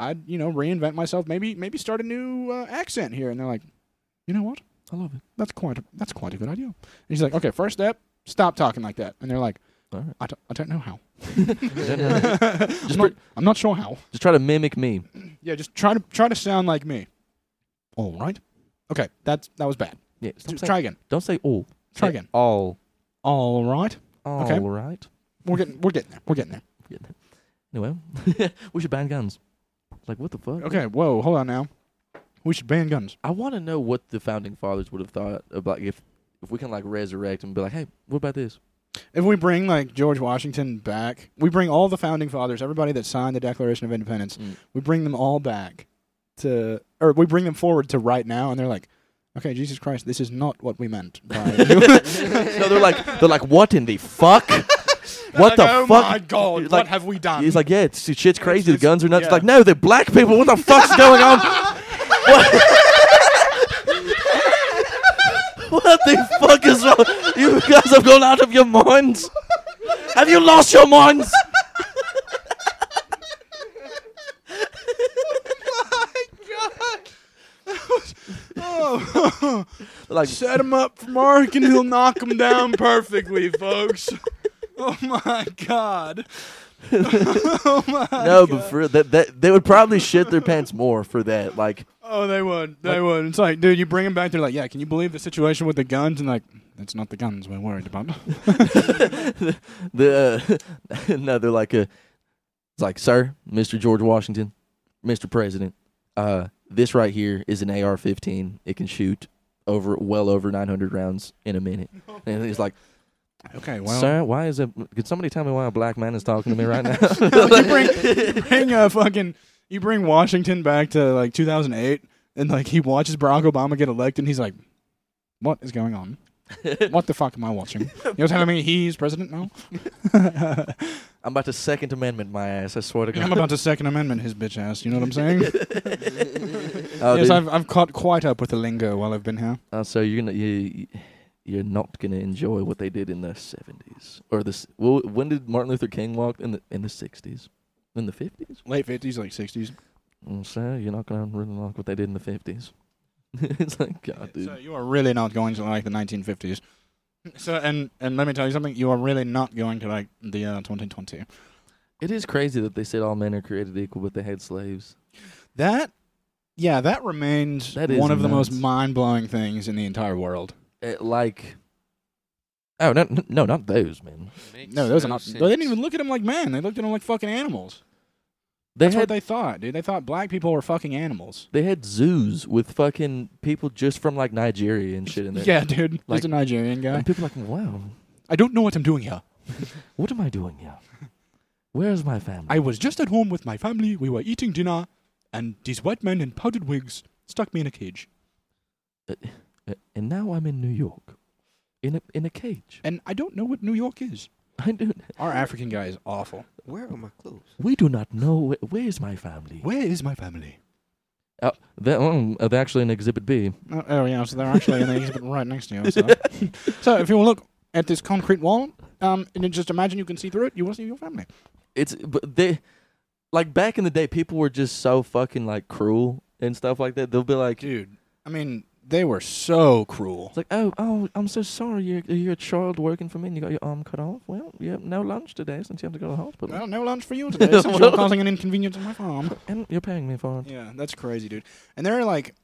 [SPEAKER 2] I'd you know reinvent myself. Maybe maybe start a new uh, accent here. And they're like, you know what?
[SPEAKER 1] I love it.
[SPEAKER 2] That's quite a, that's quite a good idea. And he's like, okay, first step, stop talking like that. And they're like,
[SPEAKER 1] All right.
[SPEAKER 2] I don't, I don't know how.
[SPEAKER 1] just,
[SPEAKER 2] I'm,
[SPEAKER 1] pre-
[SPEAKER 2] not, I'm not sure how.
[SPEAKER 1] just try to mimic me.
[SPEAKER 2] Yeah, just try to try to sound like me. All right. Okay, that's that was bad.
[SPEAKER 1] Yeah. Stop
[SPEAKER 2] Just
[SPEAKER 1] saying-
[SPEAKER 2] try again.
[SPEAKER 1] don't say all.
[SPEAKER 2] Try
[SPEAKER 1] Say
[SPEAKER 2] again.
[SPEAKER 1] All.
[SPEAKER 2] All right.
[SPEAKER 1] All
[SPEAKER 2] Okay.
[SPEAKER 1] right.
[SPEAKER 2] We're getting we're getting there. We're getting there.
[SPEAKER 1] Anyway, we should ban guns. Like what the fuck?
[SPEAKER 2] Okay, whoa, hold on now. We should ban guns.
[SPEAKER 1] I want to know what the founding fathers would have thought about if if we can like resurrect and be like, hey, what about this?
[SPEAKER 2] If we bring like George Washington back, we bring all the founding fathers, everybody that signed the Declaration of Independence,
[SPEAKER 1] Mm.
[SPEAKER 2] we bring them all back to, or we bring them forward to right now, and they're like, okay, Jesus Christ, this is not what we meant. By
[SPEAKER 1] no, they're like they're like, what in the fuck? what the fuck? He's like,
[SPEAKER 2] have we done?
[SPEAKER 1] He's like, yeah, it's, shit's crazy.
[SPEAKER 2] "Oh it's-
[SPEAKER 1] the guns are nuts.
[SPEAKER 2] yeah.
[SPEAKER 1] Like, no, they're black people. What the fuck's going on? what? What the fuck is wrong? You guys have gone out of your minds. Have you lost your minds?
[SPEAKER 2] oh,
[SPEAKER 1] Like,
[SPEAKER 2] set him up for Mark and he'll knock him down perfectly, folks. Oh my god. oh my
[SPEAKER 1] no, but for real, that, that they would probably shit their pants more for that. Like,
[SPEAKER 2] Oh, they would. They would. It's like, dude, you bring them back. They're like, yeah, can you believe the situation with the guns? And like, it's not the guns we're worried about.
[SPEAKER 1] the uh, no, they're like a, it's like, sir, Mr. George Washington, Mr. President, uh, this right here is an AR-15. It can shoot over well over 900 rounds in a minute. And he's like,
[SPEAKER 2] okay,
[SPEAKER 1] sir, why is it? Could somebody tell me why a black man is talking to me right now?
[SPEAKER 2] you bring, bring uh, fucking, you bring Washington back to like 2008, and like he watches Barack Obama get elected, and he's like, what is going on? what the fuck am I watching? You're telling me he's president now?
[SPEAKER 1] I'm about to Second Amendment my ass. I swear to God.
[SPEAKER 2] I'm about to Second Amendment his bitch ass. You know what I'm saying?
[SPEAKER 1] Oh,
[SPEAKER 2] yes,
[SPEAKER 1] dude.
[SPEAKER 2] I've I've caught quite up with the lingo while I've been here.
[SPEAKER 1] Uh, so you're gonna you, you're not gonna enjoy what they did in the seventies or this. Well, when did Martin Luther King walk in the in the sixties? In the fifties? Mm,
[SPEAKER 2] Late 50s, like 60s.
[SPEAKER 1] So you're not gonna really like what they did in the fifties. it's like God, dude.
[SPEAKER 2] So you are really not going to like the 1950s. So and and let me tell you something. You are really not going to like the uh, year 2020.
[SPEAKER 1] It is crazy that they said all men are created equal, but they had slaves.
[SPEAKER 2] That, yeah, that remains
[SPEAKER 1] That is
[SPEAKER 2] one of the most
[SPEAKER 1] nuts.
[SPEAKER 2] mind blowing things in the entire world.
[SPEAKER 1] It, Eh, like, oh no, n- no, not those men.
[SPEAKER 3] Makes
[SPEAKER 2] No, those are
[SPEAKER 3] no
[SPEAKER 2] not.
[SPEAKER 3] sense.
[SPEAKER 2] They didn't even look at them like men. They looked at them like fucking animals.
[SPEAKER 1] They
[SPEAKER 2] That's
[SPEAKER 1] had
[SPEAKER 2] what they thought, dude. They thought black people were fucking animals.
[SPEAKER 1] they had zoos with fucking people just from like Nigeria and shit in there.
[SPEAKER 2] Yeah, dude.
[SPEAKER 1] Like-
[SPEAKER 2] Just a Nigerian guy.
[SPEAKER 1] and people like, wow,
[SPEAKER 2] I don't know what I'm doing here.
[SPEAKER 1] what am I doing here? Where's my family?
[SPEAKER 2] I was just at home with my family. We were eating dinner, and these white men in powdered wigs stuck me in a cage.
[SPEAKER 1] Uh, and now I'm in New York, in a in a cage.
[SPEAKER 2] And I don't know what New York is.
[SPEAKER 1] I do.
[SPEAKER 2] Our African guy is awful.
[SPEAKER 3] Where are my clothes?
[SPEAKER 1] We do not know wh- where is my family.
[SPEAKER 2] Where is my family?
[SPEAKER 1] Uh, they're, um, uh, they're actually in Exhibit B.
[SPEAKER 2] Oh, oh yeah, so they're actually in the exhibit right next to you. So. so if you look at this concrete wall, um, and then just imagine you can see through it, you will see your family.
[SPEAKER 1] It's but they, like back in the day, people were just so fucking like cruel and stuff like that. They'll be like,
[SPEAKER 2] Dude, I mean, they were so cruel.
[SPEAKER 1] it's like, oh, oh, I'm so sorry. You're you're a child working for me, and you got your arm cut off. Well, you have no lunch today since you have to go to the hospital,
[SPEAKER 2] Well, no lunch for you today since you're causing an inconvenience on my farm.
[SPEAKER 1] and you're paying me for it.
[SPEAKER 2] Yeah, that's crazy, dude. And there are like,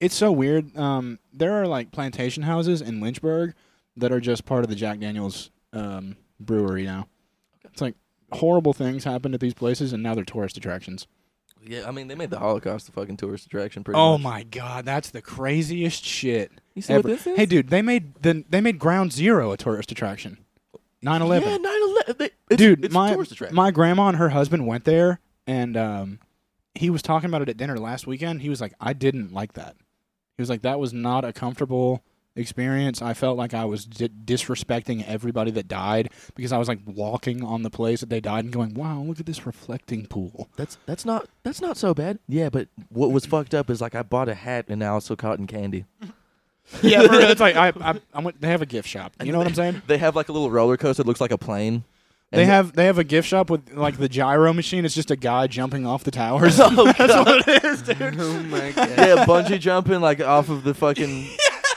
[SPEAKER 2] it's so weird. Um, there are like plantation houses in Lynchburg that are just part of the Jack Daniels um, brewery now. It's like horrible things happened at these places, and now they're tourist attractions.
[SPEAKER 1] Yeah, I mean, they made the Holocaust a fucking tourist attraction. Pretty
[SPEAKER 2] Oh
[SPEAKER 1] much.
[SPEAKER 2] my god, that's the craziest shit.
[SPEAKER 1] You see
[SPEAKER 2] ever.
[SPEAKER 1] what this is?
[SPEAKER 2] Hey, dude, they made the they made Ground Zero a tourist attraction. 9/11.
[SPEAKER 1] Yeah, 9/11. They- it's-
[SPEAKER 2] dude,
[SPEAKER 1] it's a
[SPEAKER 2] my
[SPEAKER 1] tourist attraction.
[SPEAKER 2] my grandma and her husband went there, and um, he was talking about it at dinner last weekend. He was like, "I didn't like that." He was like, "That was not a comfortable experience. I felt like I was di- disrespecting everybody that died because I was like walking on the place that they died and going, "Wow, look at this reflecting pool."
[SPEAKER 1] That's that's not that's not so bad. Yeah, but what was fucked up is like I bought a hat and I also cotton candy.
[SPEAKER 2] Yeah, it's like I, I, I went, they have a gift shop. You know what I'm saying?
[SPEAKER 1] They have like a little roller coaster that looks like a plane.
[SPEAKER 2] They
[SPEAKER 1] And-
[SPEAKER 2] have they have a gift shop with like the gyro machine. It's just a guy jumping off the towers.
[SPEAKER 1] Oh, God.
[SPEAKER 3] oh my god.
[SPEAKER 1] yeah, bungee jumping like off of the fucking,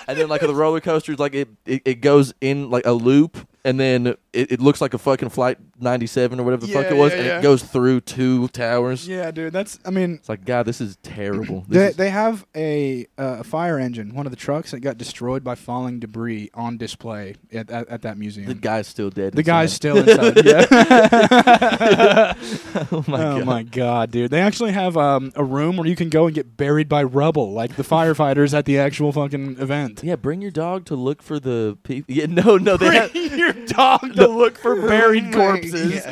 [SPEAKER 1] and then like the roller coasters, like it, it, it goes in like a loop, and then it, it looks like a fucking flight ninety seven or whatever the fuck
[SPEAKER 2] Yeah,
[SPEAKER 1] it was,
[SPEAKER 2] yeah,
[SPEAKER 1] and
[SPEAKER 2] yeah.
[SPEAKER 1] it goes through two towers.
[SPEAKER 2] yeah, dude. That's I mean,
[SPEAKER 1] It's like God, this is terrible. This
[SPEAKER 2] They,
[SPEAKER 1] is-
[SPEAKER 2] they have a uh, a fire engine, one of the trucks that got destroyed by falling debris on display at, at, at that museum.
[SPEAKER 1] the guy's still dead.
[SPEAKER 2] The guy's
[SPEAKER 1] inside.
[SPEAKER 2] still inside. yeah.
[SPEAKER 1] oh my
[SPEAKER 2] oh
[SPEAKER 1] god.
[SPEAKER 2] my god, dude! They actually have um, a room where you can go and get buried by rubble, like the firefighters at the actual fucking event.
[SPEAKER 1] Yeah, bring your dog to look for the people. Yeah, no, no, they have,
[SPEAKER 2] your dog
[SPEAKER 1] No.
[SPEAKER 2] look for
[SPEAKER 3] my God.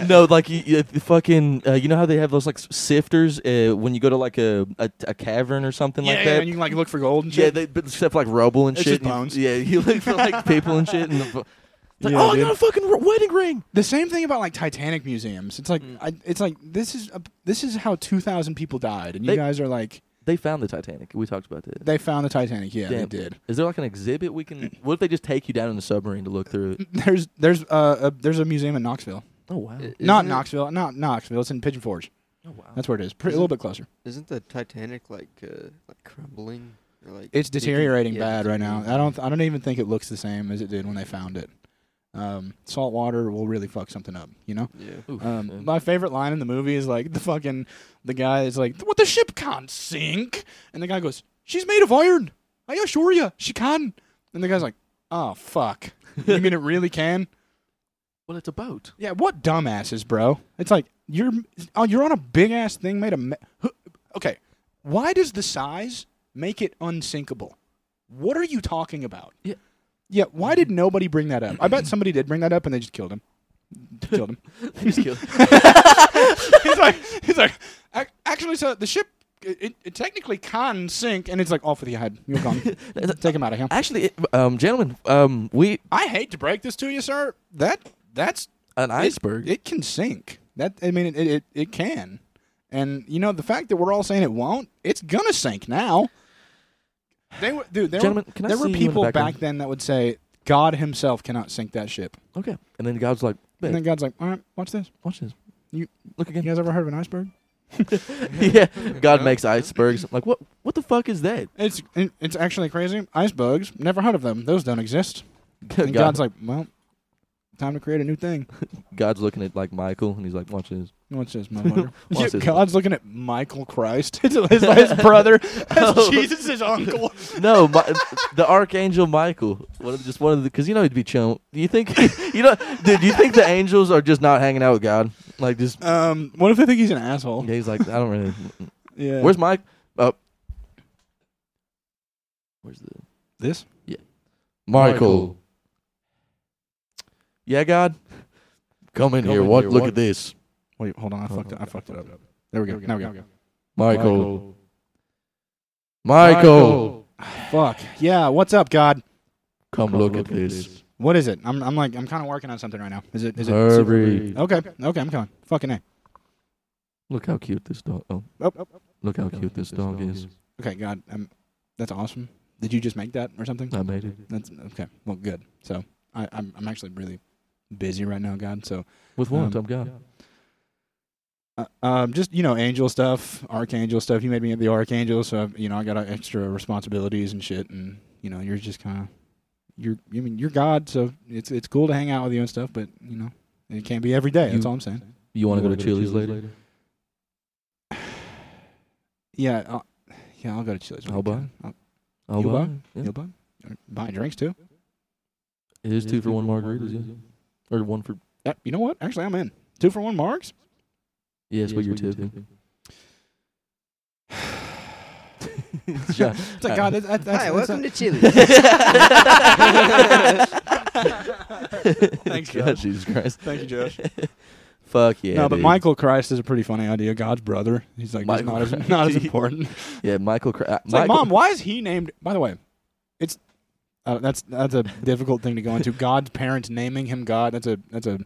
[SPEAKER 1] No, like you, you the fucking, uh, you know how they have those like s- sifters uh, when you go to like a, a a cavern or something
[SPEAKER 2] Yeah,
[SPEAKER 1] like
[SPEAKER 2] yeah,
[SPEAKER 1] that.
[SPEAKER 2] and you can like look for gold and
[SPEAKER 1] yeah,
[SPEAKER 2] shit.
[SPEAKER 1] they but except for, like rubble and
[SPEAKER 2] It's
[SPEAKER 1] shit.
[SPEAKER 2] just bones.
[SPEAKER 1] And, yeah, you look for like people and shit. And the, fu- It's like,
[SPEAKER 2] Yeah,
[SPEAKER 1] oh,
[SPEAKER 2] dude.
[SPEAKER 1] I got a fucking r- wedding ring.
[SPEAKER 2] the same thing about like Titanic museums. It's like
[SPEAKER 1] Mm.
[SPEAKER 2] I, it's like this is a, this is how two thousand people died, and you
[SPEAKER 1] They-
[SPEAKER 2] guys are like
[SPEAKER 1] They found the Titanic. We talked about that.
[SPEAKER 2] they found the Titanic. Yeah, they
[SPEAKER 1] Damn.
[SPEAKER 2] did.
[SPEAKER 1] Is there like an exhibit we can? What if they just take you down in the submarine to look through it?
[SPEAKER 2] There's there's uh, a there's a museum in Knoxville.
[SPEAKER 1] Oh wow.
[SPEAKER 3] Isn't
[SPEAKER 2] not
[SPEAKER 3] it-
[SPEAKER 2] Knoxville, not Knoxville. It's in Pigeon Forge.
[SPEAKER 1] Oh wow.
[SPEAKER 2] That's where it is. Pretty, a little bit closer.
[SPEAKER 3] Isn't the Titanic like uh, like crumbling? Or, like
[SPEAKER 2] It's
[SPEAKER 3] leaking?
[SPEAKER 2] deteriorating
[SPEAKER 3] Yeah,
[SPEAKER 2] bad right now.
[SPEAKER 3] deteriorating.
[SPEAKER 2] I don't I don't even think it looks the same as it did when they found it. Um, salt water will really fuck something up, you know.
[SPEAKER 3] Yeah.
[SPEAKER 1] Oof,
[SPEAKER 2] Um,
[SPEAKER 1] man.
[SPEAKER 2] my favorite line in the movie is like the fucking the guy is like, "What the ship can't sink," and the guy goes, "She's made of iron. I assure you, she can." And the guy's like, "Oh fuck, you mean it really can?"
[SPEAKER 1] well, it's a boat.
[SPEAKER 2] Yeah, what dumbasses, bro? It's like you're oh, you're on a big ass thing made of. Me- who- okay, why does the size make it unsinkable? What are you talking about?
[SPEAKER 1] Yeah.
[SPEAKER 2] yeah. Why did nobody bring that up? I bet somebody did bring that up, and they just killed him. killed him.
[SPEAKER 1] Just kill-
[SPEAKER 2] he's like, he's like, "Ac- actually, so the ship it, it technically can sink, and it's like off with your head. You're gone. Take him out of here.
[SPEAKER 1] Actually, it- um, gentlemen, um, we
[SPEAKER 2] I hate to break this to you, sir. That that's
[SPEAKER 1] an
[SPEAKER 2] it-
[SPEAKER 1] iceberg.
[SPEAKER 2] It, can sink. That I mean, it, it it can. And you know the fact that we're all saying it won't, it's gonna sink now. They were, dude. There
[SPEAKER 1] Gentlemen,
[SPEAKER 2] were,
[SPEAKER 1] can I
[SPEAKER 2] there
[SPEAKER 1] see
[SPEAKER 2] were
[SPEAKER 1] you in the
[SPEAKER 2] people
[SPEAKER 1] background?
[SPEAKER 2] back then that would say God Himself cannot sink that ship.
[SPEAKER 1] okay. And then God's like,
[SPEAKER 2] And then
[SPEAKER 1] "Babe,
[SPEAKER 2] God's like, all right, watch this.
[SPEAKER 1] watch this.
[SPEAKER 2] You-
[SPEAKER 1] look
[SPEAKER 2] You
[SPEAKER 1] again.
[SPEAKER 2] guys ever heard of an iceberg?
[SPEAKER 1] yeah. God makes icebergs. I'm like, what? What the fuck is that?
[SPEAKER 2] It's it- it's actually crazy. Icebergs. Never heard of them. Those don't exist.
[SPEAKER 1] Oh,
[SPEAKER 2] And God's like, well, time to create a new thing.
[SPEAKER 1] God's looking at like Michael, and he's like, watch this.
[SPEAKER 2] What's this, motherfucker?
[SPEAKER 1] Watch
[SPEAKER 2] Yeah,
[SPEAKER 1] this.
[SPEAKER 2] God's looking at Michael Christ. It's his, his brother. That's
[SPEAKER 1] Oh.
[SPEAKER 2] Jesus' uncle.
[SPEAKER 1] No, my, the archangel Michael. One of just one of the because you know he'd be chilling. Do you think you know, dude? You think the angels are just not hanging out with God? Like just
[SPEAKER 2] Um, what if they think he's an asshole?
[SPEAKER 1] yeah, he's like, I don't really.
[SPEAKER 2] Yeah.
[SPEAKER 1] Where's Mike? Oh, where's the
[SPEAKER 2] this?
[SPEAKER 1] Michael? Yeah, God, come in
[SPEAKER 3] Come
[SPEAKER 1] here.
[SPEAKER 3] in
[SPEAKER 1] What?
[SPEAKER 3] here,
[SPEAKER 1] Look
[SPEAKER 3] what-
[SPEAKER 1] at this,
[SPEAKER 2] Wait, hold on. I fucked it. I fucked it up. There we go. Now we go.
[SPEAKER 1] Michael. Michael,
[SPEAKER 2] Fuck. Yeah. What's up, God?
[SPEAKER 1] come, look, at this.
[SPEAKER 2] What is it? I'm, I'm like I'm kind of working on something right now. Is it? Is it?
[SPEAKER 1] Hurry!
[SPEAKER 2] Okay. Okay. I'm coming. Fucking a.
[SPEAKER 1] Look how cute this dog. Oh,
[SPEAKER 2] Oh, oh, oh.
[SPEAKER 1] look how cute this dog is.
[SPEAKER 2] Okay, God. Um, that's awesome. Did you just make that or something?
[SPEAKER 1] I made it.
[SPEAKER 2] That's okay. Well, good. So I, I'm I'm actually really busy right now, God. So
[SPEAKER 1] With what?
[SPEAKER 2] Um,
[SPEAKER 1] I'm God.
[SPEAKER 2] Uh, um, just you know, angel stuff, archangel stuff. You made me the archangel, so you know I got uh, extra responsibilities and shit. And you know, you're just kind of you're. I mean, you're God, so it's it's cool to hang out with you and stuff. But you know, it can't be every day. That's
[SPEAKER 1] You-
[SPEAKER 2] all I'm saying.
[SPEAKER 1] You want to go to Chili's later?
[SPEAKER 2] Yeah, I'll, yeah, I'll go to Chili's. when
[SPEAKER 1] I'll
[SPEAKER 2] I can.
[SPEAKER 1] Oh,
[SPEAKER 2] You
[SPEAKER 1] wow.
[SPEAKER 2] buy?
[SPEAKER 1] Yeah.
[SPEAKER 2] You'll buy buy drinks too.
[SPEAKER 1] It is two for one margaritas, yeah. Or one for
[SPEAKER 2] Yeah, you know what? Actually, I'm in two for one. Marks.
[SPEAKER 1] yes, but you're tipping. John-
[SPEAKER 2] It's like God. That's, that's, that's,
[SPEAKER 3] Hi,
[SPEAKER 2] that's
[SPEAKER 3] welcome to Chili.
[SPEAKER 1] Thanks, God,
[SPEAKER 2] Josh.
[SPEAKER 1] Jesus Christ.
[SPEAKER 2] Thank you, Josh.
[SPEAKER 1] Fuck yeah.
[SPEAKER 2] no, but
[SPEAKER 1] dude.
[SPEAKER 2] Michael Christ is a pretty funny idea. God's brother. He's like he's
[SPEAKER 1] Michael
[SPEAKER 2] not as
[SPEAKER 1] Christ.
[SPEAKER 2] not as important.
[SPEAKER 1] Yeah, Michael. Cra-
[SPEAKER 2] It's like,
[SPEAKER 1] Michael-
[SPEAKER 2] mom, why is he named? By the way, it's Uh, that's that's a difficult thing to go into. God's parents naming him God. That's a that's a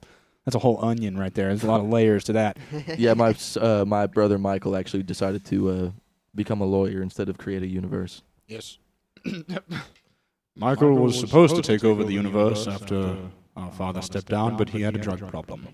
[SPEAKER 2] that's a whole onion right there. There's a lot of layers to that.
[SPEAKER 1] yeah, my s- uh, my brother Michael actually decided to uh, become a lawyer instead of create a universe.
[SPEAKER 2] Yes.
[SPEAKER 5] Michael,
[SPEAKER 2] Michael was supposed to take over the universe after our
[SPEAKER 5] father stepped down, but he had a drug problem.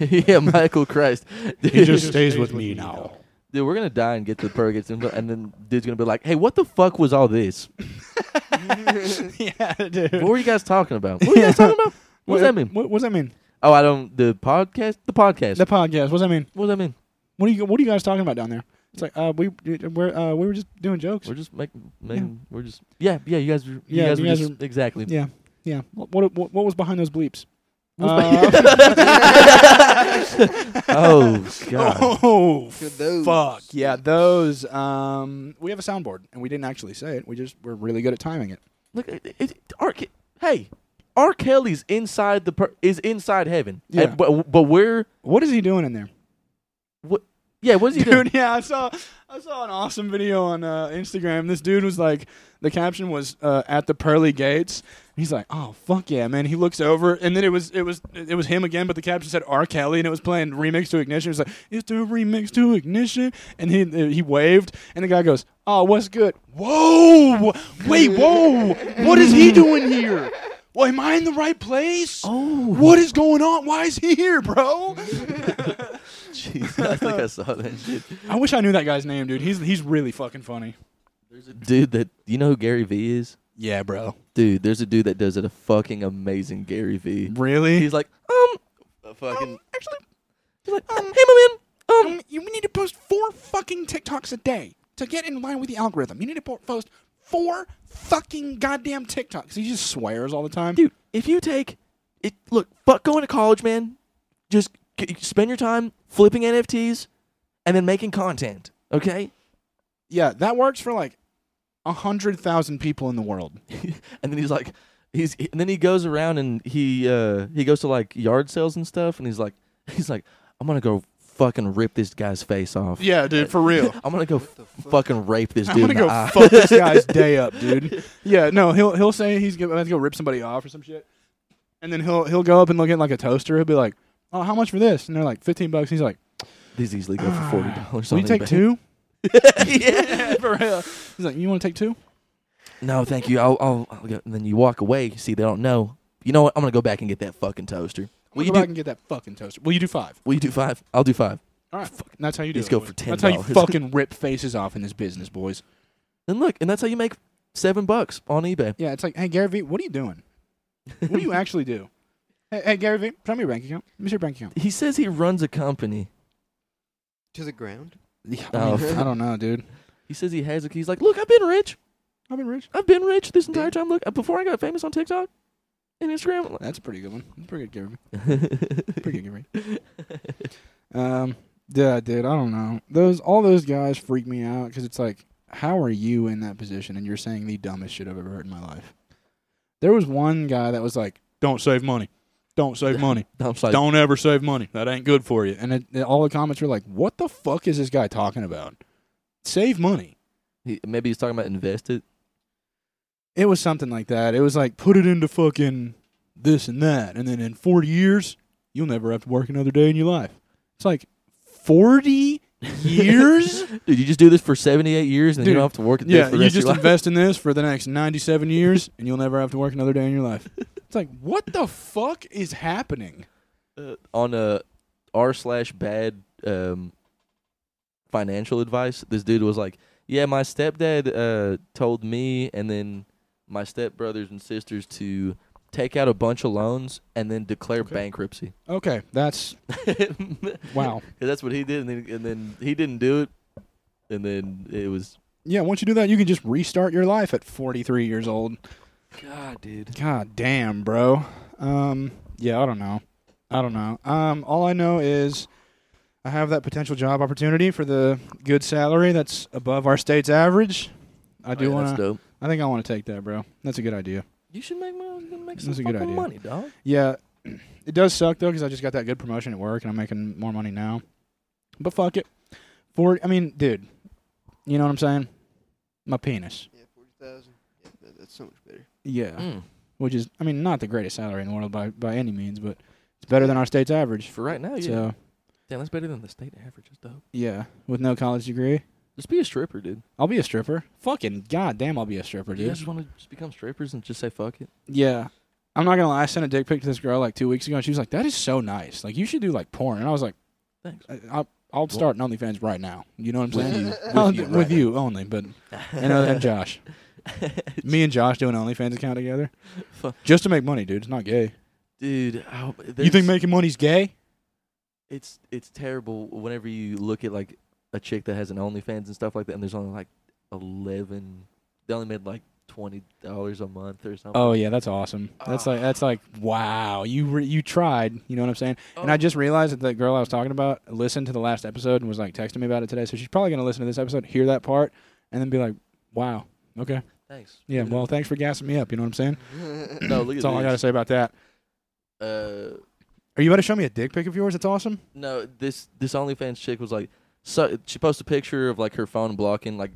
[SPEAKER 1] yeah, Michael Christ.
[SPEAKER 5] He just stays with me now.
[SPEAKER 1] Dude, we're gonna die and get to the purgatory, and- and then dude's gonna be like, "Hey, what the fuck was all this?
[SPEAKER 2] yeah, dude.
[SPEAKER 1] What were you guys talking about? What were you guys talking about? What does that mean?
[SPEAKER 2] What, what does that mean?
[SPEAKER 1] Oh, I don't. The podcast. The podcast.
[SPEAKER 2] The podcast. What does that mean?
[SPEAKER 1] what does that mean?
[SPEAKER 2] What are you What are you guys talking about down there? It's like uh, we we're, uh, we were just doing jokes.
[SPEAKER 1] We're just making. making We're just. Yeah, yeah. You guys. Were, you
[SPEAKER 2] Yeah,
[SPEAKER 1] guys
[SPEAKER 2] you
[SPEAKER 1] were
[SPEAKER 2] guys
[SPEAKER 1] just exactly.
[SPEAKER 2] yeah, yeah. What, what what what was behind those bleeps? Uh,
[SPEAKER 1] Oh god.
[SPEAKER 2] oh
[SPEAKER 3] those.
[SPEAKER 2] fuck yeah, those. Um, we have a soundboard, and we didn't actually say it. We just we're really good at timing it.
[SPEAKER 1] Look, it, it, R. Ke- Hey, R. Kelly's inside the per- is inside heaven.
[SPEAKER 2] Yeah.
[SPEAKER 1] And- but but we're
[SPEAKER 2] What is he doing in there?
[SPEAKER 1] what? Yeah. What's he doing?
[SPEAKER 2] Dude, yeah, I saw I saw an awesome video on uh, Instagram. This dude was like, the caption was uh, at the pearly gates. He's like, oh fuck yeah, man. He looks over, and then it was it was it was him again, but the caption said R Kelly, and it was playing remix to ignition. It was like, it's the remix to ignition, and he he waved, and the guy goes, oh what's good? Whoa, wait, whoa, what is he doing here? Well, am I in the right place? Oh, what is going on? Why is he here, bro?
[SPEAKER 1] Jeez, I think I saw that shit.
[SPEAKER 2] I wish I knew that guy's name, dude. He's he's really fucking funny.
[SPEAKER 1] There's a dude that you know who Gary V is.
[SPEAKER 2] Yeah, bro.
[SPEAKER 1] Dude, there's a dude that does it a fucking amazing Gary V.
[SPEAKER 2] Really?
[SPEAKER 1] He's like, um, a fucking
[SPEAKER 2] actually,
[SPEAKER 1] he's like, um, hey my man, um,
[SPEAKER 2] um, you need to post four fucking TikToks a day to get in line with the algorithm. You need to po- post four fucking goddamn TikToks. He just swears all the time.
[SPEAKER 1] dude, if you take it, look, fuck going to college, man. Just g- spend your time flipping NFTs and then making content. Okay,
[SPEAKER 2] Yeah, that works for like a hundred thousand people in the world.
[SPEAKER 1] and then he's like, he's and then he goes around and he uh he goes to like yard sales and stuff, and he's like, he's like, I'm gonna go fucking rip this guy's face off.
[SPEAKER 2] Yeah, dude, for real.
[SPEAKER 1] I'm gonna go f- fucking rape this dude.
[SPEAKER 2] I'm gonna
[SPEAKER 1] in the
[SPEAKER 2] go
[SPEAKER 1] eye.
[SPEAKER 2] fuck this guy's day up, dude. Yeah, no, he'll he'll say he's gonna, about to go rip somebody off or some shit, and then he'll he'll go up and look at like a toaster. He'll be like, "Oh, how much for this?" And they're like, 15 bucks." He's like,
[SPEAKER 1] These easily go for forty dollars.
[SPEAKER 2] Ah. "Will you take two?
[SPEAKER 1] yeah.
[SPEAKER 2] for real. He's like, "You want to take two?
[SPEAKER 1] No, thank you. I'll, I'll, I'll go. And then you walk away. You see, they don't know. You know what? I'm gonna go back and get that fucking toaster.
[SPEAKER 2] Will
[SPEAKER 1] Will
[SPEAKER 2] you
[SPEAKER 1] you
[SPEAKER 2] go
[SPEAKER 1] do-
[SPEAKER 2] back and get that fucking toaster? Will you do five?
[SPEAKER 1] Will you do five? I'll do five.
[SPEAKER 2] All right, and that's how you do.
[SPEAKER 1] Let's
[SPEAKER 2] it,
[SPEAKER 1] go
[SPEAKER 2] boys.
[SPEAKER 1] for
[SPEAKER 2] That's how you
[SPEAKER 1] $10.
[SPEAKER 2] fucking rip faces off in this business, boys.
[SPEAKER 1] And look, and that's how you make seven bucks on eBay.
[SPEAKER 2] Yeah, it's like, hey Gary Vee, what are you doing? What do you actually do? Hey, hey Gary Vee, show me your bank account. Let me see your bank account.
[SPEAKER 1] He says he runs a company.
[SPEAKER 3] To the ground.
[SPEAKER 2] I,
[SPEAKER 1] Oh.
[SPEAKER 2] mean, I don't know, dude.
[SPEAKER 1] He says he has a. He's like, look, I've been rich.
[SPEAKER 2] I've been rich.
[SPEAKER 1] I've been rich this entire time. Look, uh, before I got famous on TikTok and Instagram.
[SPEAKER 2] That's a pretty good one. That's a pretty good Gary Vee. Pretty
[SPEAKER 1] Like-
[SPEAKER 2] good Gary Vee. Um, yeah, dude, I don't know. Those all those guys freak me out because it's like, how are you in that position? And you're saying the dumbest shit I've ever heard in my life. There was one guy that was like, "Don't save money, don't save money,
[SPEAKER 1] I'm just like,
[SPEAKER 2] don't ever save money. That ain't good for you." And it, it- all the comments were like, "What the fuck is this guy talking about? Save money."
[SPEAKER 1] he, maybe he's talking about invest it.
[SPEAKER 2] It was something like that. It was like, put it into fucking this and that, and then in 40 years, you'll never have to work another day in your life. It's like 40 years.
[SPEAKER 1] Dude, you just do this for 78 years and then
[SPEAKER 2] Dude,
[SPEAKER 1] you don't have to work at
[SPEAKER 2] Yeah,
[SPEAKER 1] for the
[SPEAKER 2] you
[SPEAKER 1] rest of
[SPEAKER 2] just
[SPEAKER 1] your life.
[SPEAKER 2] invest in this for the next 97 years, and you'll never have to work another day in your life. It's like, what the fuck is happening?
[SPEAKER 1] uh, on a r slash bad um, financial advice. This dude was like, "Yeah, my stepdad uh, told me, and then my stepbrothers and sisters to take out a bunch of loans and then declare
[SPEAKER 2] Okay.
[SPEAKER 1] bankruptcy."
[SPEAKER 2] Okay, that's
[SPEAKER 1] 'Cause
[SPEAKER 2] wow.
[SPEAKER 1] that's what he did, and then, and then he didn't do it, and then it was
[SPEAKER 2] Yeah, once you do that, you can just restart your life at 43 years old.
[SPEAKER 1] God, dude.
[SPEAKER 2] God damn, bro. Um, yeah, I don't know. I don't know. Um, all I know is I have that potential job opportunity for the good salary that's above our state's average. I do want
[SPEAKER 1] Oh, That's
[SPEAKER 2] to.
[SPEAKER 1] dope.
[SPEAKER 2] I think I want to take that, bro. That's a good idea.
[SPEAKER 1] You should make money. Make some
[SPEAKER 2] That's a good
[SPEAKER 1] fucking
[SPEAKER 2] idea.
[SPEAKER 1] money, dog.
[SPEAKER 2] Yeah, it does suck though because I just got that good promotion at work and I'm making more money now. But fuck it. For I mean, dude, you know what I'm saying? My penis.
[SPEAKER 3] Yeah, forty thousand. Yeah, that- That's so much better.
[SPEAKER 2] Yeah,
[SPEAKER 1] Mm.
[SPEAKER 2] which is I mean not the greatest salary in the world by by any means, but it's better than our state's average.
[SPEAKER 1] For right now, yeah.
[SPEAKER 2] So
[SPEAKER 1] Damn, that's better than the state average. That's dope.
[SPEAKER 2] yeah, with no college degree,
[SPEAKER 1] Just be a stripper, dude.
[SPEAKER 2] I'll be a stripper. Fucking goddamn, I'll be a stripper,
[SPEAKER 1] You guys
[SPEAKER 2] dude.
[SPEAKER 1] want to just become strippers and just say fuck it?
[SPEAKER 2] Yeah. I'm not gonna lie. I sent a dick pic to this girl like two weeks ago, and she was like, "That is so nice. Like you should do like porn." And I was like,
[SPEAKER 1] Thanks.
[SPEAKER 2] I, I'll, I'll start an OnlyFans right now. You know what I'm
[SPEAKER 5] With
[SPEAKER 2] saying?
[SPEAKER 5] you-
[SPEAKER 2] I'll
[SPEAKER 5] with you
[SPEAKER 2] do-
[SPEAKER 5] right now.
[SPEAKER 2] only, but and, uh, and Josh. Me and Josh do an OnlyFans account together,
[SPEAKER 1] Fu-
[SPEAKER 2] just to make money, dude. It's not gay.
[SPEAKER 1] Dude, oh,
[SPEAKER 2] You think
[SPEAKER 1] there's-
[SPEAKER 2] making money's gay?
[SPEAKER 1] it's it's terrible whenever you look at like a chick that has an OnlyFans and stuff like that, and there's only like eleven. They only made like twenty dollars a month or something.
[SPEAKER 2] Oh yeah, that's awesome. That's like that's like wow. You re- you tried. You know what I'm saying? And I
[SPEAKER 1] Oh.
[SPEAKER 2] just realized that the girl I was talking about listened to the last episode and was like texting me about it today. So she's probably gonna listen to this episode, hear that part, and then be like, "Wow, okay,
[SPEAKER 1] thanks.
[SPEAKER 2] yeah. Well, thanks for gassing me up. You know what I'm saying?
[SPEAKER 3] Uh,
[SPEAKER 1] no, look at
[SPEAKER 2] That's all I gotta
[SPEAKER 1] this.
[SPEAKER 2] say about that.
[SPEAKER 1] uh,
[SPEAKER 2] Are you about to show me a dick pic of yours? That's awesome.
[SPEAKER 1] no, this this OnlyFans chick was like, so she posted a picture of like her phone blocking like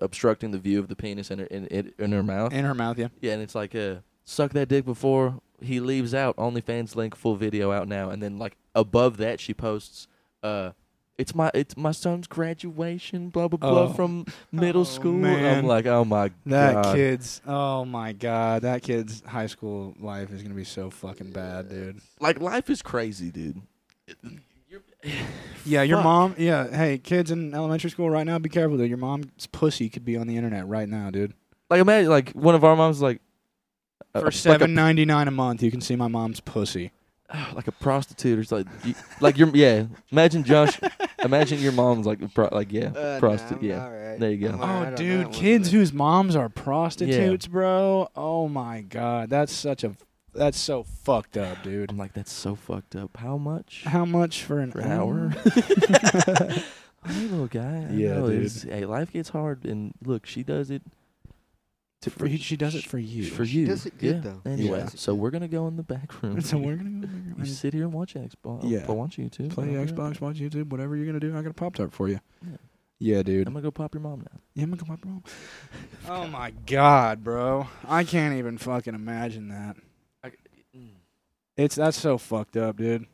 [SPEAKER 1] obstructing the view of the penis in her in, in, in her mouth.
[SPEAKER 2] In her mouth, yeah.
[SPEAKER 1] Yeah, and it's like, uh, suck that dick before he leaves out. OnlyFans link full video out now. And then like above that, she posts, uh, it's my it's my son's graduation, blah blah blah,
[SPEAKER 2] Oh.
[SPEAKER 1] from middle
[SPEAKER 2] Oh,
[SPEAKER 1] school.
[SPEAKER 2] man.
[SPEAKER 1] I'm like, oh my
[SPEAKER 2] That
[SPEAKER 1] god,
[SPEAKER 2] kid's oh my god, that kid's high school life is gonna be so fucking bad, dude.
[SPEAKER 1] like life is crazy, dude.
[SPEAKER 2] Yeah, your
[SPEAKER 1] Fuck.
[SPEAKER 2] mom. Yeah, hey, kids in elementary school right now, be careful, dude. Your mom's pussy could be on the internet right now, dude.
[SPEAKER 1] Like imagine like one of our moms like uh,
[SPEAKER 2] For
[SPEAKER 1] like a-
[SPEAKER 2] seven ninety nine a month, you can see my mom's pussy.
[SPEAKER 1] like a, prostitute or something. You- like your yeah. Imagine Josh. imagine your mom's like a pro, like yeah
[SPEAKER 2] Uh,
[SPEAKER 1] prostitute. yeah, There you go.
[SPEAKER 2] Oh, dude, kids whose moms are prostitutes, bro. Oh my god, that's such a that's so fucked up, dude.
[SPEAKER 1] I'm like that's so fucked up. How much?
[SPEAKER 2] How much for an,
[SPEAKER 1] for an hour. hey, little guy. I
[SPEAKER 2] Yeah,
[SPEAKER 1] know,
[SPEAKER 2] dude.
[SPEAKER 1] it's- Hey, life gets hard, and look, she does it
[SPEAKER 2] To- for- she does it for you.
[SPEAKER 1] for you.
[SPEAKER 3] does it good,
[SPEAKER 1] yeah.
[SPEAKER 3] though.
[SPEAKER 1] Anyway,
[SPEAKER 2] Yeah.
[SPEAKER 1] so we're gonna go in the back room.
[SPEAKER 2] so we're gonna go
[SPEAKER 1] You
[SPEAKER 2] and
[SPEAKER 1] sit here and watch Xbox.
[SPEAKER 2] Yeah.
[SPEAKER 1] Yeah, I watch YouTube.
[SPEAKER 2] play
[SPEAKER 1] I'll be right
[SPEAKER 2] Xbox, watch YouTube, whatever you're gonna do. I got a pop tart for you.
[SPEAKER 1] Yeah.
[SPEAKER 2] Yeah,
[SPEAKER 1] back.
[SPEAKER 2] dude.
[SPEAKER 1] I'm gonna go pop your mom now.
[SPEAKER 2] Yeah, I'm gonna come up wrong. Oh my god, bro! I can't even fucking imagine that.
[SPEAKER 3] Mm.
[SPEAKER 2] It's that's so fucked up, dude.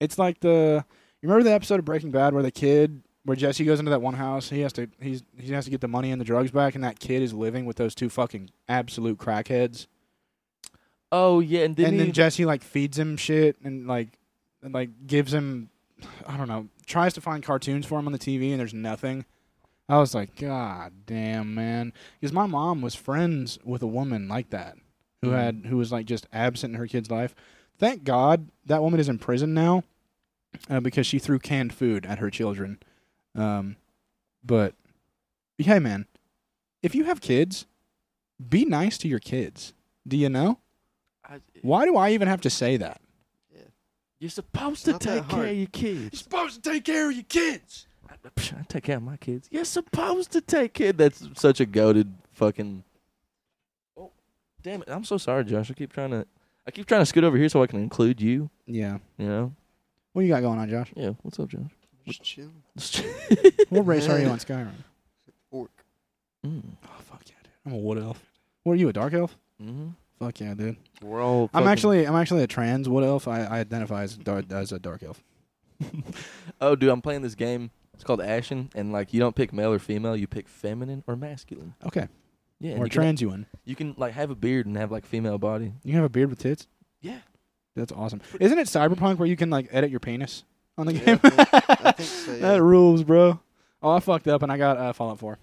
[SPEAKER 2] It's like the you remember the episode of Breaking Bad where the kid where Jesse goes into that one house, he has to he's he has to get the money and the drugs back, and that kid is living with those two fucking absolute crackheads.
[SPEAKER 1] Oh yeah, and then,
[SPEAKER 2] and
[SPEAKER 1] he,
[SPEAKER 2] then Jesse like feeds him shit and like and, like gives him I don't know tries to find cartoons for him on the TV and there's nothing. I was like, God damn man, because my mom was friends with a woman like that who
[SPEAKER 1] Mhm.
[SPEAKER 2] had who was like just absent in her kid's life. Thank God that woman is in prison now uh, because she threw canned food at her children. Um, but hey man, if you have kids, be nice to your kids. Do you know?
[SPEAKER 1] I-
[SPEAKER 2] Why do I even have to say that?
[SPEAKER 1] you're supposed to
[SPEAKER 3] Not that
[SPEAKER 1] take care
[SPEAKER 3] hard.
[SPEAKER 1] of your kids.
[SPEAKER 2] supposed to take care of your kids.
[SPEAKER 1] I, I take care of my kids. You're supposed to take care. That's such a goaded fucking. Oh, damn it! I'm so sorry, Josh. I keep trying to, I keep trying to scoot over here so I can include you.
[SPEAKER 2] Yeah.
[SPEAKER 1] You know?
[SPEAKER 2] What you got going on, Josh?
[SPEAKER 1] Yeah. What's up, Mm-hmm. Josh?
[SPEAKER 3] Just chill.
[SPEAKER 2] What race are you on Skyrim?
[SPEAKER 3] Orc.
[SPEAKER 1] mm.
[SPEAKER 2] Oh fuck yeah, dude. I'm a wood elf. What are you, a dark elf?
[SPEAKER 1] hmm
[SPEAKER 2] Fuck yeah, dude.
[SPEAKER 1] We're all.
[SPEAKER 2] I'm
[SPEAKER 1] fucking-
[SPEAKER 2] actually I'm actually a trans wood elf. I, I identify as dar- as a dark elf.
[SPEAKER 1] Oh, dude, I'm playing this game. It's called Ashen, and like you don't pick male or female, you pick feminine or masculine.
[SPEAKER 2] Okay.
[SPEAKER 1] Yeah. and
[SPEAKER 2] or
[SPEAKER 1] you, can,
[SPEAKER 2] trans you in.
[SPEAKER 1] you can like have a beard and have like female body.
[SPEAKER 2] You have a beard with tits?
[SPEAKER 1] Yeah.
[SPEAKER 2] That's awesome. Isn't it Cyberpunk where you can like edit your penis on the
[SPEAKER 3] Yeah,
[SPEAKER 2] game?
[SPEAKER 3] I think- I think so, yeah.
[SPEAKER 2] That rules, bro. Oh, I fucked up and I got uh, Fallout 4.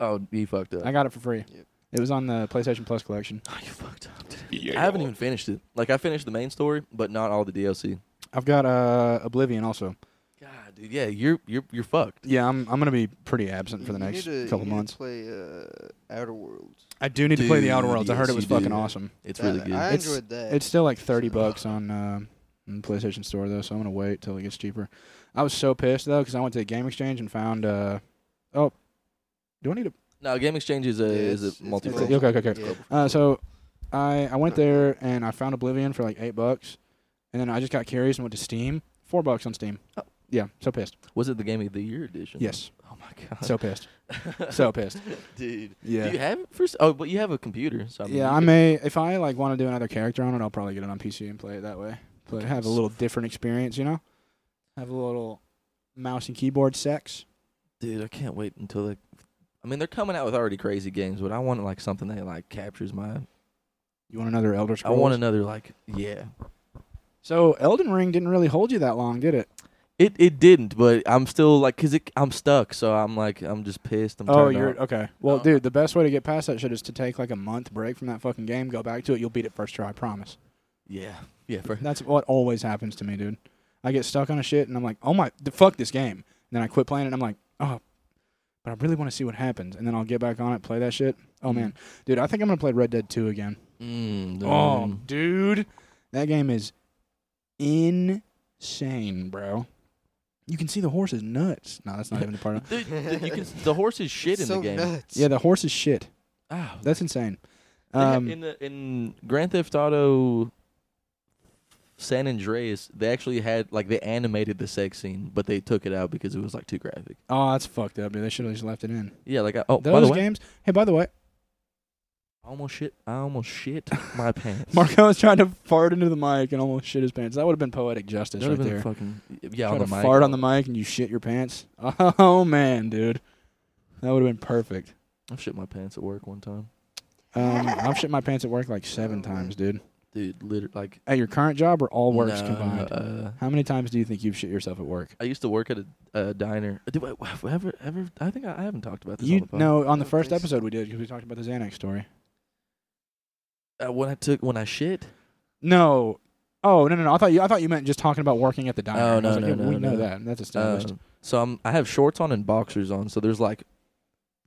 [SPEAKER 1] Oh, you fucked up.
[SPEAKER 2] I got it for free.
[SPEAKER 3] Yep.
[SPEAKER 2] It was on the PlayStation Plus collection.
[SPEAKER 1] oh, you fucked up. dude. I haven't even finished it. Like I finished the main story, but not all the DLC.
[SPEAKER 2] I've got uh, Oblivion also.
[SPEAKER 1] God, dude, yeah, you're you're you're fucked.
[SPEAKER 2] Yeah, I'm I'm gonna be pretty absent for the
[SPEAKER 3] You
[SPEAKER 2] next
[SPEAKER 3] need to,
[SPEAKER 2] couple
[SPEAKER 3] you need
[SPEAKER 2] months.
[SPEAKER 3] To play uh, Outer Worlds.
[SPEAKER 2] I do need to play the Outer
[SPEAKER 1] Dude,
[SPEAKER 2] Worlds. I heard it
[SPEAKER 1] yes,
[SPEAKER 2] was
[SPEAKER 1] you do.
[SPEAKER 2] fucking awesome.
[SPEAKER 1] It's
[SPEAKER 3] That-
[SPEAKER 1] really good.
[SPEAKER 3] I
[SPEAKER 2] It's-
[SPEAKER 3] enjoyed that.
[SPEAKER 2] It's still like thirty bucks on, uh, on the PlayStation Store though, so I'm gonna wait till it gets cheaper. I was so pissed though because I went to Game Exchange and found. Uh, oh, do I need a?
[SPEAKER 1] no, Game Exchange is a
[SPEAKER 3] Yeah,
[SPEAKER 1] uh, is a
[SPEAKER 3] it's- it's
[SPEAKER 1] multi.
[SPEAKER 3] It's
[SPEAKER 2] Okay, okay, okay.
[SPEAKER 3] Yeah.
[SPEAKER 2] Uh, so I I went there and I found Oblivion for like eight bucks, and then I just got curious and went to Steam. Four bucks on Steam.
[SPEAKER 1] Oh,
[SPEAKER 2] yeah, so pissed.
[SPEAKER 1] Was it the Game of the Year edition?
[SPEAKER 2] Yes,
[SPEAKER 1] Oh my god.
[SPEAKER 2] so pissed. So pissed.
[SPEAKER 1] dude.
[SPEAKER 2] Yeah.
[SPEAKER 1] Do you have it for? s- Oh, but you have a computer. So I mean,
[SPEAKER 2] yeah,
[SPEAKER 1] you
[SPEAKER 2] I
[SPEAKER 1] could-
[SPEAKER 2] may if I like want to do another character on it, I'll probably get it on PC and play it that way. But have a little different experience, you know. Have a little mouse and keyboard sex.
[SPEAKER 1] Dude, I can't wait until they. I mean, they're coming out with already crazy games, but I want like something that like captures my.
[SPEAKER 2] You want another Elder
[SPEAKER 1] I
[SPEAKER 2] Scrolls?
[SPEAKER 1] want another like yeah.
[SPEAKER 2] So Elden Ring didn't really hold you that long, did it?
[SPEAKER 1] It it didn't, but I'm still like, cause it, I'm stuck, so I'm like, I'm just pissed. I'm
[SPEAKER 2] oh,
[SPEAKER 1] turned
[SPEAKER 2] you're
[SPEAKER 1] off.
[SPEAKER 2] okay. Well,
[SPEAKER 1] No.
[SPEAKER 2] dude, the best way to get past that shit is to take like a month break from that fucking game, go back to it. You'll beat it first try, I promise.
[SPEAKER 1] yeah, yeah. For,
[SPEAKER 2] That's what always happens to me, dude. I get stuck on a shit and I'm like, oh my, th- fuck this game. And then I quit playing it and I'm like, oh, but I really want to see what happens. And then I'll get back on it, play that shit. Oh
[SPEAKER 1] Mm-hmm.
[SPEAKER 2] man, dude, I think I'm gonna play Red Dead 2 again.
[SPEAKER 1] mm,
[SPEAKER 2] Oh,
[SPEAKER 1] um,
[SPEAKER 2] dude, that game is insane, bro. You can see the horse is nuts. No, that's not even the part. Of-
[SPEAKER 1] dude, th- you can, the horse is shit in
[SPEAKER 3] so
[SPEAKER 1] the game.
[SPEAKER 3] Nuts.
[SPEAKER 2] yeah, the horse is shit.
[SPEAKER 1] Oh,
[SPEAKER 2] That's insane.
[SPEAKER 1] They ha-
[SPEAKER 2] Um,
[SPEAKER 1] in the in Grand Theft Auto San Andreas, they actually had like they animated the sex scene, but they took it out because it was like too graphic.
[SPEAKER 2] oh, that's fucked up, dude. They should have just left it in.
[SPEAKER 1] Yeah, like I, oh by the
[SPEAKER 2] Those
[SPEAKER 1] way,
[SPEAKER 2] games. Hey, by the way,
[SPEAKER 1] I almost shit, I almost shit my pants.
[SPEAKER 2] Marco was trying to fart into the mic and almost shit his pants. That would have been poetic justice
[SPEAKER 1] that would
[SPEAKER 2] right
[SPEAKER 1] have been
[SPEAKER 2] there.
[SPEAKER 1] fucking yeah
[SPEAKER 2] Try
[SPEAKER 1] on the
[SPEAKER 2] to
[SPEAKER 1] mic.
[SPEAKER 2] fart on the mic and you shit your pants. Oh man, dude, that would have been perfect.
[SPEAKER 1] I've shit my pants at work one time,
[SPEAKER 2] Um, I've shit my pants at work like seven
[SPEAKER 3] Oh, man.
[SPEAKER 2] times, dude.
[SPEAKER 1] dude. Liter- like
[SPEAKER 2] At your current job or all works
[SPEAKER 1] no,
[SPEAKER 2] combined?
[SPEAKER 1] Uh,
[SPEAKER 2] How many times do you think you've shit yourself at work?
[SPEAKER 1] I used to work at a, a diner. Do I have I ever ever? I think I, I haven't talked about this. on
[SPEAKER 2] You
[SPEAKER 1] the pod.
[SPEAKER 2] no, on the
[SPEAKER 3] Oh,
[SPEAKER 2] first
[SPEAKER 3] please.
[SPEAKER 2] episode we did because we talked about the Xanax story.
[SPEAKER 1] uh, when I took when I shit.
[SPEAKER 2] No. Oh no no no! I thought you I thought you meant just talking about working at the diner.
[SPEAKER 1] Oh,
[SPEAKER 2] I was
[SPEAKER 1] no,
[SPEAKER 2] like,
[SPEAKER 1] no,
[SPEAKER 2] yeah,
[SPEAKER 1] no,
[SPEAKER 2] we
[SPEAKER 1] no.
[SPEAKER 2] know that that's established.
[SPEAKER 1] Um, so I'm I have shorts on and boxers on. So there's like,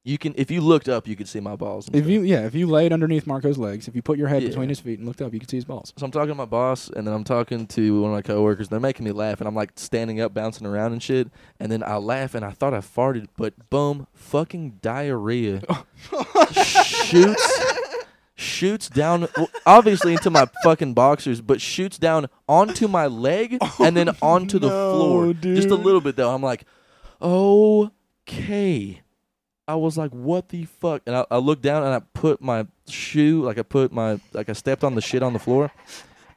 [SPEAKER 1] you can if you looked up, you could see my balls. and
[SPEAKER 2] if
[SPEAKER 1] stuff.
[SPEAKER 2] you yeah if you laid underneath Marco's legs, if you put your head
[SPEAKER 1] Yeah.
[SPEAKER 2] between his feet and looked up, you could see his balls.
[SPEAKER 1] so I'm talking to my boss, and then I'm talking to one of my coworkers. They're making me laugh, and I'm like standing up, bouncing around and shit. And then I laugh, and I thought I farted, but boom, fucking diarrhea shoots shoots down, well, obviously into my fucking boxers, but shoots down onto my leg and then onto the
[SPEAKER 2] no,
[SPEAKER 1] floor. Just a
[SPEAKER 2] dude.
[SPEAKER 1] little bit though. I'm like, oh okay. I was like, what the fuck? And I, I looked down and I put my shoe, like I put my, like I stepped on the shit on the floor,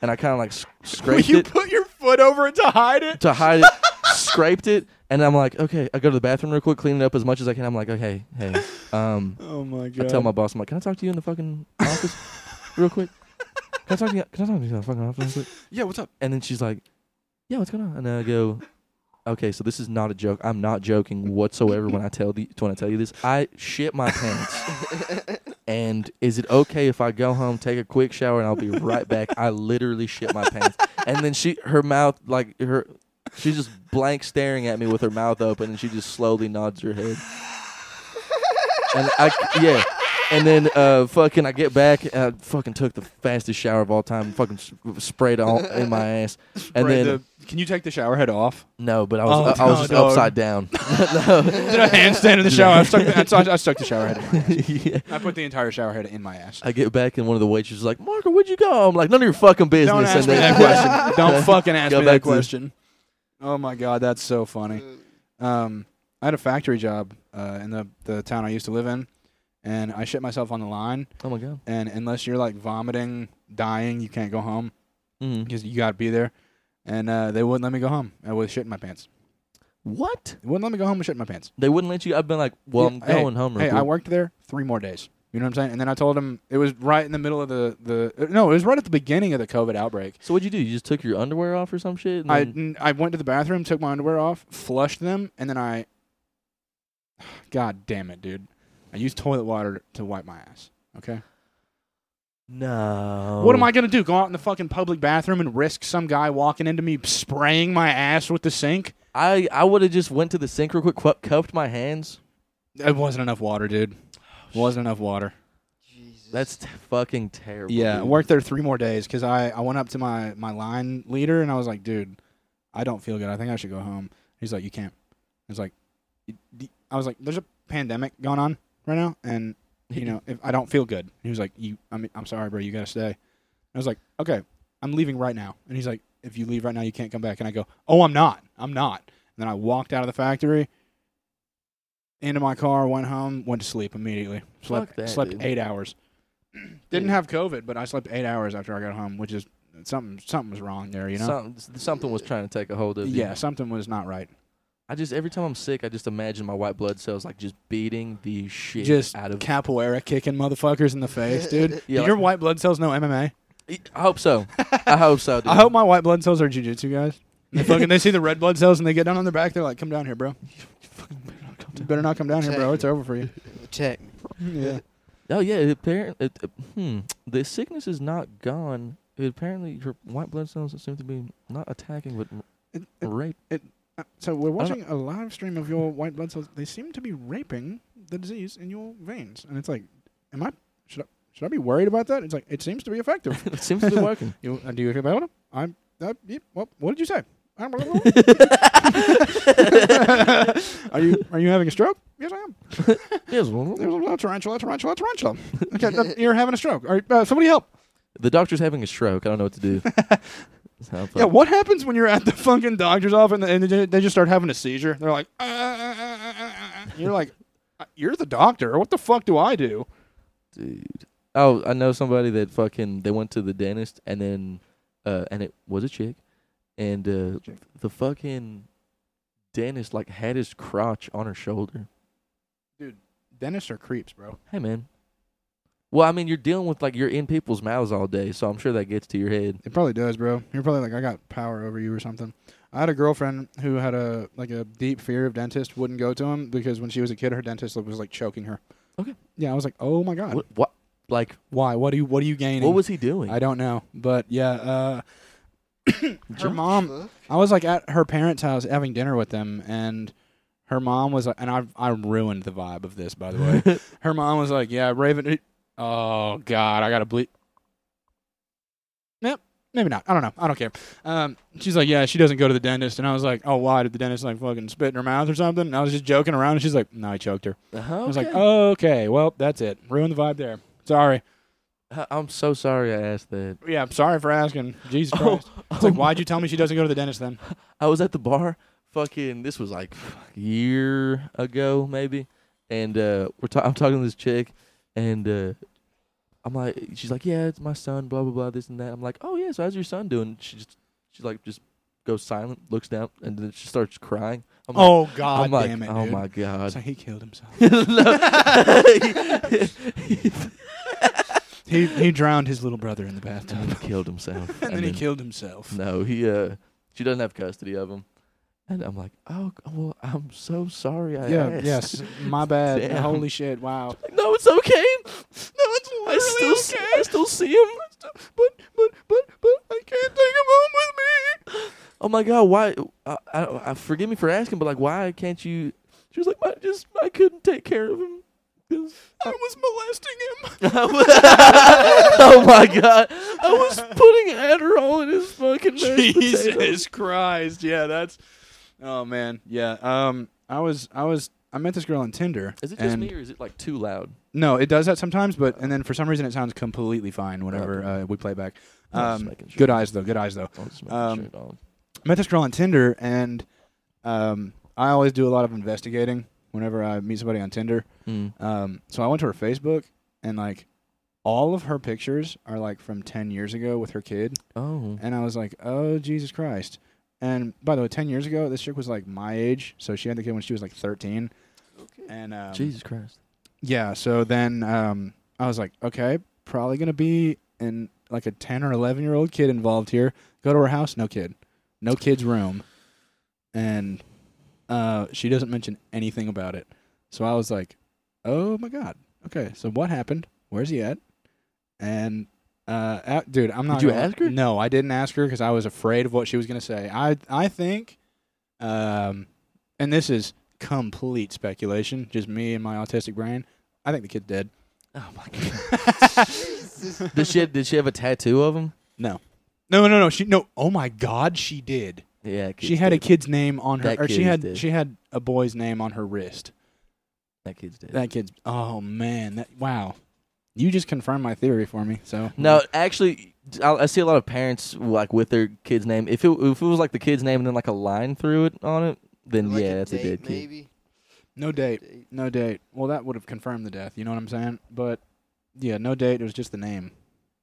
[SPEAKER 1] and I kind of like s- scraped it
[SPEAKER 2] put your foot over it to hide it?
[SPEAKER 1] to hide it, scraped it, and I'm like, okay. I go to the bathroom real quick, clean it up as much as I can. I'm like, okay, hey, um,
[SPEAKER 2] Oh my
[SPEAKER 1] I
[SPEAKER 2] god!
[SPEAKER 1] tell my boss, I'm like, can I talk to you in the fucking office real quick? Can I talk to you? Can I talk to you in the fucking office? real quick?"
[SPEAKER 3] Yeah, what's up?
[SPEAKER 1] And then she's like, yeah, what's going on? And I go, okay, so this is not a joke. I'm not joking whatsoever when I tell the when I tell you this. I shit my pants. and is it okay if I go home, take a quick shower, and I'll be right back? I literally shit my pants. And then she, her mouth, like her, she's just blank staring at me with her mouth open, and she just slowly nods her head. And I, yeah. And then uh, fucking, I get back. And I fucking took the fastest shower of all time. Fucking s- sprayed all in my ass. And then
[SPEAKER 2] can you take the shower head off?
[SPEAKER 1] no, but I was
[SPEAKER 2] Oh,
[SPEAKER 1] I, I was
[SPEAKER 2] no,
[SPEAKER 1] just
[SPEAKER 2] dog.
[SPEAKER 1] upside down.
[SPEAKER 2] Did a handstand in the shower? I stuck the, I, stuck- I stuck the shower head. In my ass.
[SPEAKER 1] yeah.
[SPEAKER 2] I put the entire shower head in my ass.
[SPEAKER 1] I get back and one of the waitresses is like, "Marco, where'd you go?" I'm like, "None of your fucking business."
[SPEAKER 2] Don't
[SPEAKER 1] and
[SPEAKER 2] ask me
[SPEAKER 1] then-
[SPEAKER 2] that question. Don't fucking ask
[SPEAKER 1] Go
[SPEAKER 2] me
[SPEAKER 1] back
[SPEAKER 2] that
[SPEAKER 1] to the-
[SPEAKER 2] question. Oh my god, that's so funny.
[SPEAKER 3] Oh,
[SPEAKER 2] Um, I had a factory job uh, in the the town I used to live in, and I shit myself on the line.
[SPEAKER 1] Oh my god.
[SPEAKER 2] And unless you're like vomiting, dying, you can't go home
[SPEAKER 1] Mm.
[SPEAKER 2] because you gotta be there. And uh, they wouldn't let me go home. I was shit in my pants.
[SPEAKER 1] What?
[SPEAKER 2] They wouldn't let me go home with shit in my pants.
[SPEAKER 1] They wouldn't let you. I've been like, "Well, I'm
[SPEAKER 2] Yeah,
[SPEAKER 1] going home." real
[SPEAKER 2] Hey, I
[SPEAKER 1] quick."
[SPEAKER 2] worked there three more days. You know what I'm saying? And then I told him it was right in the middle of the the uh, no, it was right at the beginning of the COVID outbreak.
[SPEAKER 1] So what'd you do? You just took your underwear off or some shit? And
[SPEAKER 2] I
[SPEAKER 1] then-
[SPEAKER 2] n- I went to the bathroom, took my underwear off, flushed them, and then I. God damn it, dude! I used toilet water to wipe my ass. Okay.
[SPEAKER 1] no.
[SPEAKER 2] What am I gonna do? Go out in the fucking public bathroom and risk some guy walking into me spraying my ass with the sink?
[SPEAKER 1] I I would have just went to the sink real quick, cu- cuffed my hands.
[SPEAKER 2] It wasn't enough water, dude. Wasn't enough water.
[SPEAKER 3] Jesus.
[SPEAKER 1] That's t- fucking terrible.
[SPEAKER 2] Yeah, I
[SPEAKER 1] dude.
[SPEAKER 2] worked there three more days because I, I went up to my, my line leader and I was like, dude, I don't feel good. I think I should go home. He's like, you can't. I was like, "Y- d- I was like, there's a pandemic going on right now, and you know, if I don't feel good, he was like, you, I mean, I'm sorry, bro, you gotta stay. I was like, okay, I'm leaving right now, and he's like, if you leave right now, you can't come back. And I go, oh, I'm not. I'm not. then I walked out of the factory, into my car, went home, went to sleep immediately. Slept
[SPEAKER 1] Fuck that,
[SPEAKER 2] slept
[SPEAKER 1] dude.
[SPEAKER 2] eight hours. Didn't have COVID, but I slept eight hours after I got home, which is something something was wrong there, you know?
[SPEAKER 1] something, something was trying to take a hold of you.
[SPEAKER 2] yeah, something was not right.
[SPEAKER 1] I just every time I'm sick, I just imagine my white blood cells like just beating the shit
[SPEAKER 2] Just
[SPEAKER 1] out of.
[SPEAKER 2] capoeira kicking motherfuckers in the face, dude.
[SPEAKER 1] Yeah,
[SPEAKER 2] Do your white blood cells know MMA?
[SPEAKER 1] I hope so. I hope so. Dude.
[SPEAKER 2] I hope my white blood cells are jujitsu guys. They fucking they see the red blood cells and they get down on their back. They're like, "Come down here, bro. You better not come down here, bro. It's over for you."
[SPEAKER 3] Check.
[SPEAKER 2] Yeah.
[SPEAKER 1] Oh yeah, it apparently, it, uh, hmm, the sickness is not gone. It apparently, her white blood cells seem to be not attacking, but
[SPEAKER 2] It, it,
[SPEAKER 1] rape.
[SPEAKER 2] uh, so we're
[SPEAKER 1] I don't-
[SPEAKER 2] watching a live stream of your white blood cells. They seem to be raping the disease in your veins, and it's like, am I should I should I be worried about that? It's like it seems to be effective.
[SPEAKER 1] it seems to be working.
[SPEAKER 2] you uh, do you agree about it? I'm. Uh, yeah, well, what did you say? I'm- are you are you having a stroke? Yes, I am.
[SPEAKER 1] Yes, well,
[SPEAKER 2] There's a tarantula, tarantula, tarantula. Okay, that, you're having a stroke. All right, uh, somebody help.
[SPEAKER 1] the doctor's having a stroke. I don't know what to do. That's how I
[SPEAKER 2] Yeah,
[SPEAKER 1] felt.
[SPEAKER 2] what happens when you're at the fucking doctor's office and, and they- they just start having a seizure? They're like, "Uh, uh, uh, uh, uh, uh." you're like, "Uh, you're the doctor. What the fuck do I do?
[SPEAKER 1] dude. Oh, I know somebody that fucking they went to the dentist and then uh and it was a chick and uh
[SPEAKER 2] Chick.
[SPEAKER 1] the fucking dentist like had his crotch on her shoulder.
[SPEAKER 2] Dentists are creeps, bro.
[SPEAKER 1] Hey man. Well, I mean, you're dealing with like you're in people's mouths all day, so I'm sure that gets to your head.
[SPEAKER 2] It probably does, bro. You're probably like, I got power over you or something. I had a girlfriend who had a like a deep fear of dentists. Wouldn't go to him because when she was a kid, her dentist was like choking her.
[SPEAKER 1] Okay.
[SPEAKER 2] Yeah, I was like, oh my god,
[SPEAKER 1] What, what like
[SPEAKER 2] why? What do you what are you gaining?
[SPEAKER 1] what was he doing?
[SPEAKER 2] I don't know, but yeah, uh, her
[SPEAKER 1] Josh.
[SPEAKER 2] mom. I was like at her parents' house having dinner with them, and her mom was like, and I I ruined the vibe of this by the way. her mom was like, yeah, Raven. it- oh God, I gotta bleep. Nope, maybe not. I don't know. I don't care. Um, she's like, yeah, she doesn't go to the dentist, and I was like, oh, why did the dentist like fucking spit in her mouth or something? And I was just joking around, and she's like, no, I choked her.
[SPEAKER 1] Uh-huh,
[SPEAKER 2] I was like,
[SPEAKER 1] okay.
[SPEAKER 2] Uh, okay, well, that's it. Ruined the vibe there. Sorry. "Oh,
[SPEAKER 1] I- I'm so sorry I asked that.
[SPEAKER 2] Yeah, I'm sorry for asking. Jesus Christ.
[SPEAKER 1] Oh,
[SPEAKER 2] It's like, why'd you tell me she doesn't go to the dentist then?
[SPEAKER 1] I was at the bar, fucking. This was like a year ago, maybe. And uh, we're ta- I'm talking to this chick, and uh, I'm like, she's like, yeah, it's my son, blah blah blah, this and that. I'm like, oh yeah, so how's your son doing? She just, she's like, just goes silent, looks down, and then she starts crying. I'm like,
[SPEAKER 2] Oh God,
[SPEAKER 1] I'm like,
[SPEAKER 2] damn it,
[SPEAKER 1] oh
[SPEAKER 2] dude.
[SPEAKER 1] my god.
[SPEAKER 2] So he killed himself.
[SPEAKER 1] No.
[SPEAKER 2] he he drowned his little brother in the
[SPEAKER 1] and he
[SPEAKER 2] bathtub,
[SPEAKER 1] killed himself.
[SPEAKER 2] and then he killed himself.
[SPEAKER 1] No, he uh, she doesn't have custody of him. And I'm like, oh well, I'm so sorry. I
[SPEAKER 2] Yeah,
[SPEAKER 1] asked.
[SPEAKER 2] yes, my bad.
[SPEAKER 1] Damn.
[SPEAKER 2] Holy shit! Wow.
[SPEAKER 1] No, it's okay. No, it's literally I still, s- I still see him, but but but but I can't take him home with me. Oh my God, why? I, I, I forgive me for asking, but like, why can't you? She was like, I just I couldn't take care of him. 'cause
[SPEAKER 2] I was molesting him.
[SPEAKER 1] I was- oh my God, I was putting Adderall in his fucking mashed potatoes.
[SPEAKER 2] Jesus Christ! Yeah, that's. Oh man, yeah. Um, I was I was I met this girl on Tinder.
[SPEAKER 1] Is it just
[SPEAKER 2] and-
[SPEAKER 1] me Oh. or is it like too loud?
[SPEAKER 2] No, it does that sometimes, but and then for some reason it sounds completely fine whenever uh, we play back.
[SPEAKER 1] I was just
[SPEAKER 2] Um,
[SPEAKER 1] making sure.
[SPEAKER 2] good eyes though. Good eyes though.
[SPEAKER 1] I'll just make
[SPEAKER 2] Um,
[SPEAKER 1] sure it all-
[SPEAKER 2] I met this girl on Tinder, and um, I always do a lot of investigating whenever I meet somebody on Tinder.
[SPEAKER 1] Mm.
[SPEAKER 2] Um, so I went to her Facebook, and like all of her pictures are like from 10 years ago with her kid.
[SPEAKER 1] Oh,
[SPEAKER 2] And I was like, oh, Jesus Christ. And by the way, 10 years ago, this chick was like my age. So she had the kid when she was like 13. And um,
[SPEAKER 1] Jesus Christ.
[SPEAKER 2] yeah, so then um, I was like, okay, probably gonna be in like a ten or eleven year old kid involved here. Go to her house, no kid, no kid's room, and uh, she doesn't mention anything about it. So I was like, oh my god, okay, so what happened? Where's he at? And uh, a- dude, I'm not.
[SPEAKER 1] Did you
[SPEAKER 2] gonna-
[SPEAKER 1] ask her?
[SPEAKER 2] No, I didn't ask her because I was afraid of what she was gonna say. I I think, um, and this is complete speculation, just me and my autistic brain. I think the kid's dead.
[SPEAKER 1] Oh my God. did she did she have a tattoo of him?
[SPEAKER 2] No. No, no, no. She no. Oh my God, she did.
[SPEAKER 1] Yeah,
[SPEAKER 2] she had a kid's name on her,
[SPEAKER 1] That
[SPEAKER 2] or
[SPEAKER 1] kid
[SPEAKER 2] she
[SPEAKER 1] is
[SPEAKER 2] had
[SPEAKER 1] dead.
[SPEAKER 2] she had a boy's name on her wrist.
[SPEAKER 1] That kid's dead.
[SPEAKER 2] That kid's. Oh man, that wow. You just confirmed my theory for me. So
[SPEAKER 1] no, actually, I, I see a lot of parents like with their kid's name. If it if it was like the kid's name and then like a line through it on it, then
[SPEAKER 3] Like
[SPEAKER 1] yeah,
[SPEAKER 3] a
[SPEAKER 1] that's a
[SPEAKER 3] date,
[SPEAKER 1] dead kid.
[SPEAKER 3] Maybe.
[SPEAKER 2] No date.
[SPEAKER 3] Date.
[SPEAKER 2] No date. Well, that would have confirmed the death. You know what I'm saying? But yeah, no date. It was just the name.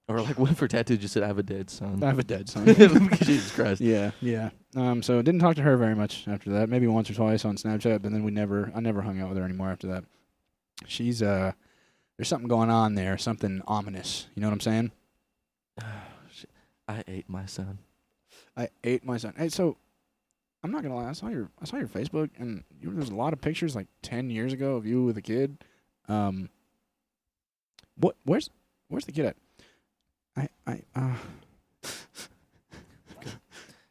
[SPEAKER 1] Or like Wilford Tattoo just said, "I have a dead
[SPEAKER 2] I
[SPEAKER 1] son."
[SPEAKER 2] have a dead son.
[SPEAKER 1] Jesus Christ.
[SPEAKER 2] yeah, yeah. Um, so didn't talk to her very much after that. Maybe once or twice on Snapchat, but then we never. I never hung out with her anymore after that. She's uh, there's something going on there. Something ominous. You know what I'm saying?
[SPEAKER 1] Oh, I ate my son.
[SPEAKER 2] I ate my son. Hey, so I'm not gonna lie. I saw your I saw your Facebook, and you, there's a lot of pictures like ten years ago of you with a kid. Um, what? Where's Where's the kid at? I I uh.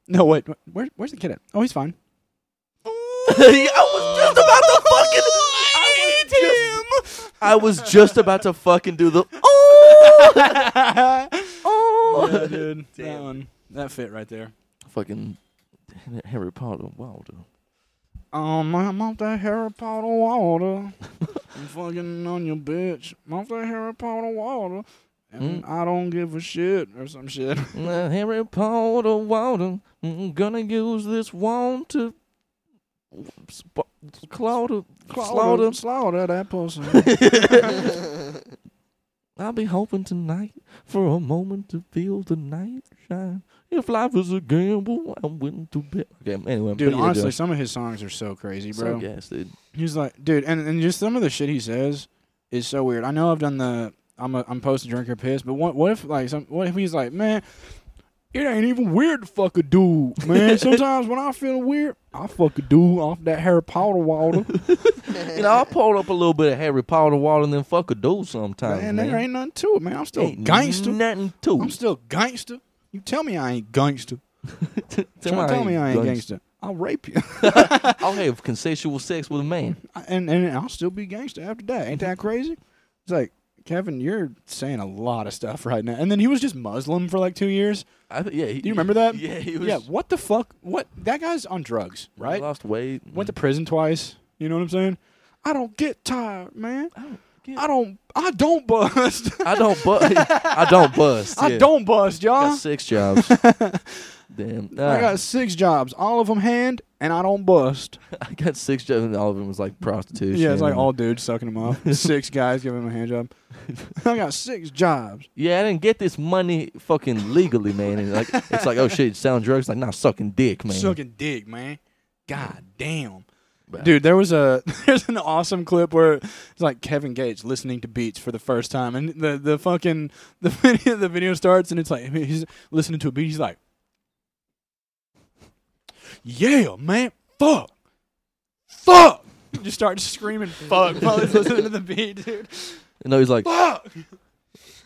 [SPEAKER 2] no wait. wh- Where Where's the kid at? Oh, he's fine.
[SPEAKER 1] I was just about to fucking. I was just, I was just about to fucking do the. Oh, oh.
[SPEAKER 2] Yeah, dude. that
[SPEAKER 1] Damn.
[SPEAKER 2] one. That fit right there.
[SPEAKER 1] Fucking Harry Potter. Wow, dude.
[SPEAKER 2] Um, I'm off that Harry Potter water. I'm fucking on your bitch. I'm off that Harry Potter water. And
[SPEAKER 1] Hmm?
[SPEAKER 2] I don't give a shit or some shit.
[SPEAKER 1] Uh, Harry Potter water. I'm gonna use this wand to sp- slaughter, slaughter.
[SPEAKER 2] slaughter that pussy.
[SPEAKER 1] I'll be hoping tonight for a moment to feel the night shine. If life is a gamble, I'm willing to bet. Okay, anyway, what
[SPEAKER 2] dude,
[SPEAKER 1] are you
[SPEAKER 2] honestly,
[SPEAKER 1] doing?
[SPEAKER 2] some of his songs are so crazy,
[SPEAKER 1] so
[SPEAKER 2] bro.
[SPEAKER 1] yes, dude.
[SPEAKER 2] He's like, dude, and, and just some of the shit he says is so weird. I know I've done the I'm a, I'm post drink or piss, but what what if like some what if he's like, man, it ain't even weird to fuck a dude, man. Sometimes when I feel weird, I fuck a dude off that Harry Potter water.
[SPEAKER 1] You know, I pulled up a little bit of Harry Potter water and then fuck a dude sometimes.
[SPEAKER 2] man,
[SPEAKER 1] Man,
[SPEAKER 2] there ain't nothing to it, man. I'm still
[SPEAKER 1] Ain't
[SPEAKER 2] gangster.
[SPEAKER 1] Nothing to
[SPEAKER 2] I'm
[SPEAKER 1] it.
[SPEAKER 2] still gangster. You tell me I ain't gangster. Try, tell me I ain't gangster. I'll rape you,
[SPEAKER 1] I'll have consensual sex with a man.
[SPEAKER 2] and and I'll still be gangster after that. Ain't that crazy? It's like Kevin, you're saying a lot of stuff right now. And then he was just Muslim for like two years.
[SPEAKER 1] I, yeah. He,
[SPEAKER 2] Do you remember that?
[SPEAKER 1] Yeah, he was.
[SPEAKER 2] yeah. What the fuck? What that guy's on drugs, right?
[SPEAKER 1] Lost weight.
[SPEAKER 2] Went to prison twice. You know what I'm saying? I don't get tired, man.
[SPEAKER 1] I don't get-
[SPEAKER 2] I don't. I don't bust.
[SPEAKER 1] I don't bust. I don't bust.
[SPEAKER 2] I
[SPEAKER 1] yeah.
[SPEAKER 2] don't bust,
[SPEAKER 1] I
[SPEAKER 2] y'all.
[SPEAKER 1] got six jobs. Damn.
[SPEAKER 2] I
[SPEAKER 1] Ah,
[SPEAKER 2] got six jobs, all of them hand, and I don't bust.
[SPEAKER 1] I got six jobs, and all of them was like prostitution.
[SPEAKER 2] Yeah, it's like all dudes sucking him off. six guys giving him a hand job. I got six jobs.
[SPEAKER 1] Yeah, I didn't get this money fucking legally, man. And like, it's like, oh shit, selling drugs. Like, nah, sucking dick, man.
[SPEAKER 2] Sucking dick, man. God damn.
[SPEAKER 1] Bruh.
[SPEAKER 2] Dude, there was a there's an awesome clip where it's like Kevin Gates listening to beats for the first time, and the the fucking the video the video starts, and it's like he's listening to a beat, he's like, "Yeah, man, fuck, fuck," just starts screaming "fuck" while he's listening to the beat, dude.
[SPEAKER 1] And he's like,
[SPEAKER 2] Fuck.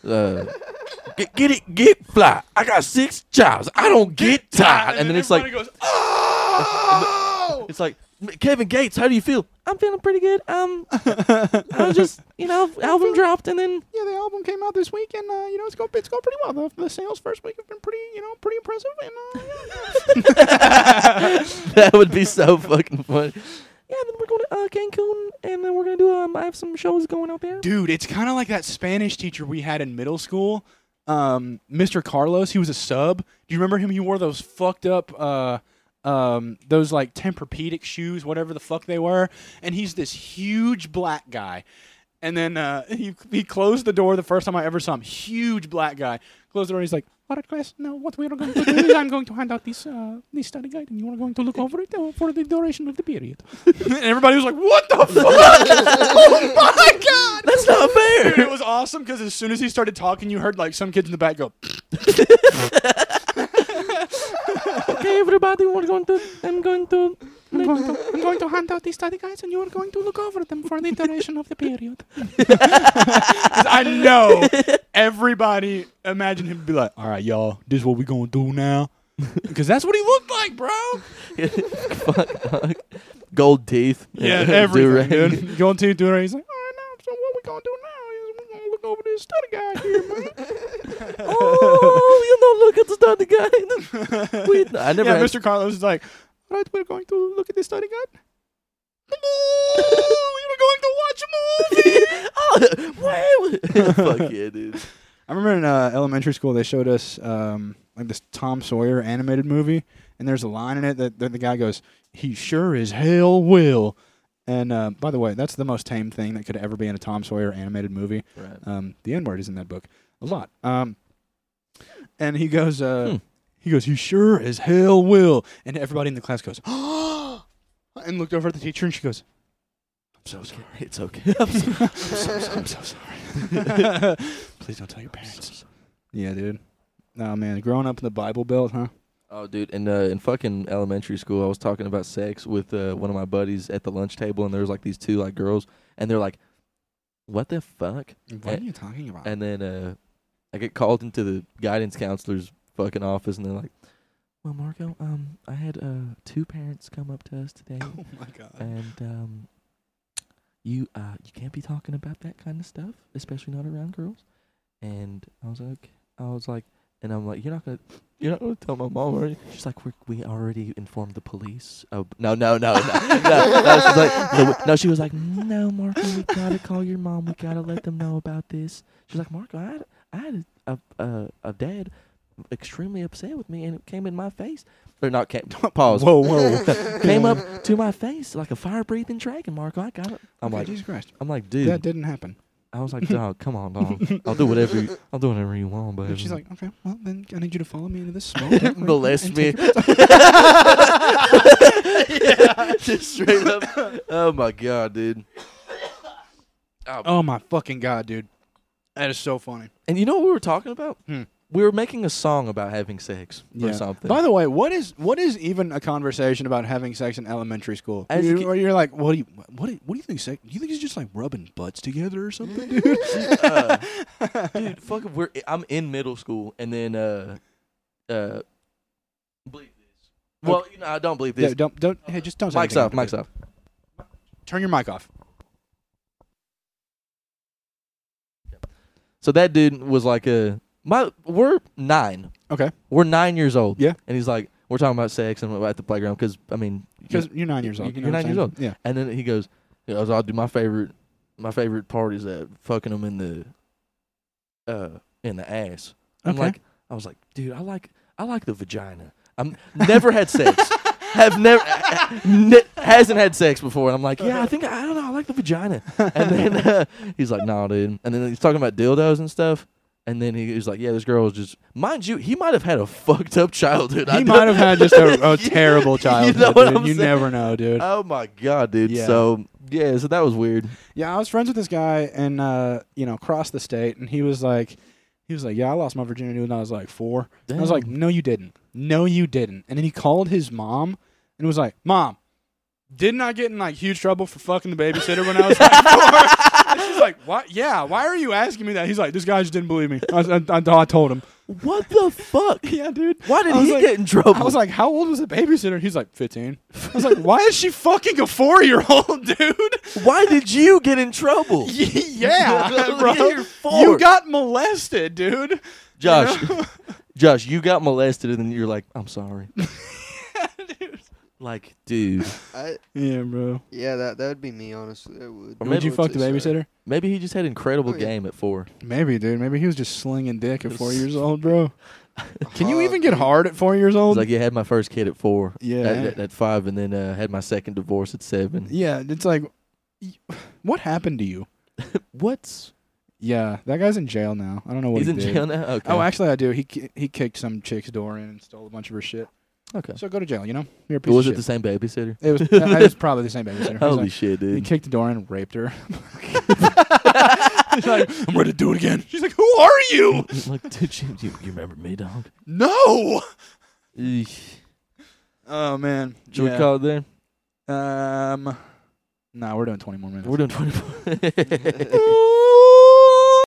[SPEAKER 1] uh, get, get it, get fly. I got six jobs. I don't get tired. And then it's like,
[SPEAKER 2] everybody goes, "Oh!"
[SPEAKER 1] it's like, Kevin Gates, how do you feel? I'm feeling pretty good. Um, I was just, you know, album dropped, and then
[SPEAKER 2] yeah, the album came out this week, and uh, you know it's going it's going pretty well. The, the sales first week have been pretty, you know, pretty impressive. And uh,
[SPEAKER 1] that would be so fucking funny. Yeah, then we're going to uh, Cancun, and then we're gonna do. Um, I have some shows going out there.
[SPEAKER 2] dude, it's kind of like that Spanish teacher we had in middle school, um, Mr. Carlos. He was a sub. Do you remember him? He wore those fucked up, uh, um, those like Tempur-Pedic shoes, whatever the fuck they were. And he's this huge black guy. And then uh, he he closed the door the first time I ever saw him. Huge black guy. Closed the door. and He's like, "All right, class. Now what we are going to do is I'm going to hand out this uh, this study guide, and you are going to look over it uh, for the duration of the period." and everybody was like, "What the fuck? oh my god!"
[SPEAKER 1] That's not
[SPEAKER 2] Dude, it
[SPEAKER 1] fair.
[SPEAKER 2] was awesome because as soon as he started talking, you heard like some kids in the back go,
[SPEAKER 1] okay, everybody, we're going to. I'm going to.
[SPEAKER 6] I'm going, to, I'm going to hand out these study guides and you are going to look over them for the duration of the period.
[SPEAKER 2] 'Cause I know everybody imagine him be like, all right, y'all, this is what we going to do now. Because that's what he looked like, bro.
[SPEAKER 1] Fuck, dog. Gold teeth.
[SPEAKER 2] Yeah, everything, dude. Going to do it. He's like, all right, now, so what we going to do now is we're going to look over this study guide here, man.
[SPEAKER 1] Oh, you don't look at the study guy. Wait, I never.
[SPEAKER 2] yeah,
[SPEAKER 1] had-
[SPEAKER 2] Mr. Carlos is like, all right, we're going to look at this study guide. We're going to watch a movie.
[SPEAKER 1] oh, wow. Fuck yeah, dude.
[SPEAKER 2] I remember in uh, elementary school they showed us um, like this Tom Sawyer animated movie, and there's a line in it that, that the guy goes, he sure as hell will. And uh, by the way, that's the most tame thing that could ever be in a Tom Sawyer animated movie.
[SPEAKER 1] Right.
[SPEAKER 2] Um, the N word is in that book a lot. Um, and he goes, uh,
[SPEAKER 1] Hmm.
[SPEAKER 2] he goes, you sure as hell will. And everybody in the class goes, and looked over at the teacher, and she goes,
[SPEAKER 1] I'm so sorry. It's okay. I'm so-
[SPEAKER 2] I'm so, so- I'm so sorry. Please don't tell your parents. Yeah, dude. No, man. Growing up in the Bible Belt, huh?
[SPEAKER 1] Oh, dude, in uh, in fucking elementary school, I was talking about sex with uh, one of my buddies at the lunch table, and there was like these two like girls, and they're like, "What the fuck?"
[SPEAKER 2] What are you talking about?
[SPEAKER 1] Eh, And then uh, I get called into the guidance counselor's fucking office, and they're like, "Well, Marco, um, I had uh two parents come up to us today,
[SPEAKER 2] oh, my God.
[SPEAKER 1] and um, you uh you can't be talking about that kind of stuff, especially not around girls." And I was like, I was like, and I'm like, "You're not gonna, you're not gonna tell my mom, are you?" She's like, "We we already informed the police." Oh b- no no no no no! no, she's like, no, we- no, she was like, "No, Marco, we gotta call your mom. We gotta let them know about this." She's like, "Marco, I had, I had a a, a dad." Extremely upset with me, and it came in my face. Or not came. Pause
[SPEAKER 2] Whoa, whoa.
[SPEAKER 1] came up to my face like a fire breathing dragon, Marco. I got it. I'm
[SPEAKER 2] Okay,
[SPEAKER 1] like,
[SPEAKER 2] Jesus Christ.
[SPEAKER 1] I'm like, dude.
[SPEAKER 2] That didn't happen.
[SPEAKER 1] I was like, dog, come on, dog. I'll do whatever. You, I'll do whatever you want, baby.
[SPEAKER 2] And she's like, okay, well, then I need you to follow me into this small dark room
[SPEAKER 1] molest
[SPEAKER 2] and
[SPEAKER 1] me.
[SPEAKER 2] take your pants off."
[SPEAKER 1] yeah, just straight up. Oh my god, dude.
[SPEAKER 2] Oh, my fucking God, dude. That is so funny.
[SPEAKER 1] And you know what we were talking about?
[SPEAKER 2] Hmm.
[SPEAKER 1] We were making a song about having sex or something.
[SPEAKER 2] By the way, what is what is even a conversation about having sex in elementary school?
[SPEAKER 1] As
[SPEAKER 2] you,
[SPEAKER 1] ki-
[SPEAKER 2] or you're like, what do you what do, you- what do you think sex? Do you think it's just like rubbing butts together or something, dude?
[SPEAKER 1] uh, dude, fuck. We're I'm in middle school, and then uh, uh, believe this. Well, you know, I don't believe
[SPEAKER 2] Yeah,
[SPEAKER 1] this.
[SPEAKER 2] don't don't hey, just don't. say
[SPEAKER 1] Mike's
[SPEAKER 2] anything.
[SPEAKER 1] up. Mike's up.
[SPEAKER 2] Turn your mic off.
[SPEAKER 1] So that dude was like, uh, my we're nine.
[SPEAKER 2] Okay.
[SPEAKER 1] We're nine years old.
[SPEAKER 2] Yeah.
[SPEAKER 1] And he's like, we're talking about sex and we're at the playground because I mean,
[SPEAKER 2] Because you're nine years old.
[SPEAKER 1] You're
[SPEAKER 2] you know what
[SPEAKER 1] nine
[SPEAKER 2] I'm
[SPEAKER 1] years
[SPEAKER 2] saying?
[SPEAKER 1] and then he goes, he goes, I'll do my favorite, my favorite part is that fucking them in the, uh, in the ass.
[SPEAKER 2] Yeah.
[SPEAKER 1] I'm like, I was like, dude, I like, I like the vagina. I'm never had sex. Have never, ne- hasn't had sex before. And I'm like, yeah, I think I don't know. I like the vagina. And then uh, he's like, nah, dude. And then he's talking about dildos and stuff. And then he was like, yeah, this girl was just, mind you, he might have had a fucked up childhood. I
[SPEAKER 2] he
[SPEAKER 1] don't-
[SPEAKER 2] might have had just a, a terrible childhood.
[SPEAKER 1] know what
[SPEAKER 2] dude.
[SPEAKER 1] I'm
[SPEAKER 2] You
[SPEAKER 1] saying?
[SPEAKER 2] never know, dude.
[SPEAKER 1] Oh my god, dude.
[SPEAKER 2] Yeah.
[SPEAKER 1] So yeah, so that was weird.
[SPEAKER 2] Yeah, I was friends with this guy and uh, you know, across the state and he was like he was like, Yeah, I lost my virginity when I was like four. And I was like,
[SPEAKER 1] Damn.
[SPEAKER 2] No you didn't. No you didn't. And then he called his mom and was like, Mom, didn't I get in like huge trouble for fucking the babysitter when I was like four? And she's like, What yeah, why are you asking me that? He's like, This guy just didn't believe me. I, was- I, I, I told him.
[SPEAKER 1] What the fuck?
[SPEAKER 2] Yeah, dude.
[SPEAKER 1] Why did
[SPEAKER 2] I was
[SPEAKER 1] he
[SPEAKER 2] like-
[SPEAKER 1] get in trouble?
[SPEAKER 2] I was like, how old was the babysitter? He's like, 15. I was like, why is she fucking a four year old, dude?
[SPEAKER 1] why did you get in trouble?
[SPEAKER 2] yeah,
[SPEAKER 1] Look
[SPEAKER 2] bro.
[SPEAKER 1] at your fork.
[SPEAKER 2] You got molested, dude.
[SPEAKER 1] Josh, Josh, you got molested, and then you're like, I'm sorry. Like, dude,
[SPEAKER 3] I,
[SPEAKER 2] Yeah, bro.
[SPEAKER 3] yeah, that that would be me, honestly. I would.
[SPEAKER 1] Or
[SPEAKER 2] Would you fuck the
[SPEAKER 3] Sorry.
[SPEAKER 2] babysitter?
[SPEAKER 1] maybe he just uh, had incredible
[SPEAKER 3] Oh, yeah.
[SPEAKER 1] game at four.
[SPEAKER 2] Maybe, dude. Maybe he was just slinging dick at four years old, bro. Uh, Can you
[SPEAKER 3] Hard,
[SPEAKER 2] even get
[SPEAKER 3] dude.
[SPEAKER 2] hard at four years
[SPEAKER 1] It's
[SPEAKER 2] old?
[SPEAKER 1] like, yeah, I had my first kid at four, at,
[SPEAKER 2] yeah,
[SPEAKER 1] at, at five, and then uh, had my second divorce at seven.
[SPEAKER 2] yeah. It's like, y- what happened to you?
[SPEAKER 1] What's
[SPEAKER 2] Yeah, that guy's in jail now. I don't know what
[SPEAKER 1] he's
[SPEAKER 2] he
[SPEAKER 1] in
[SPEAKER 2] did.
[SPEAKER 1] jail now? Okay.
[SPEAKER 2] Oh, actually, I do. He ki- he kicked some chick's door in and stole a bunch of her shit.
[SPEAKER 1] okay.
[SPEAKER 2] So go to jail, you know. You're a piece
[SPEAKER 1] Was
[SPEAKER 2] of
[SPEAKER 1] it the
[SPEAKER 2] shit.
[SPEAKER 1] same babysitter?
[SPEAKER 2] it was. It was probably the same babysitter. He's
[SPEAKER 1] Holy
[SPEAKER 2] like,
[SPEAKER 1] shit,
[SPEAKER 2] He
[SPEAKER 1] dude!
[SPEAKER 2] kicked the door in and raped her. He's like, I'm ready to do it again. She's like, Who are you?
[SPEAKER 1] like, dude, you, you, you remember me, dog?
[SPEAKER 2] no.
[SPEAKER 1] Eesh.
[SPEAKER 2] Oh man.
[SPEAKER 1] Should we call it there?
[SPEAKER 2] Um. No, we're doing 20 more minutes.
[SPEAKER 1] We're doing 24.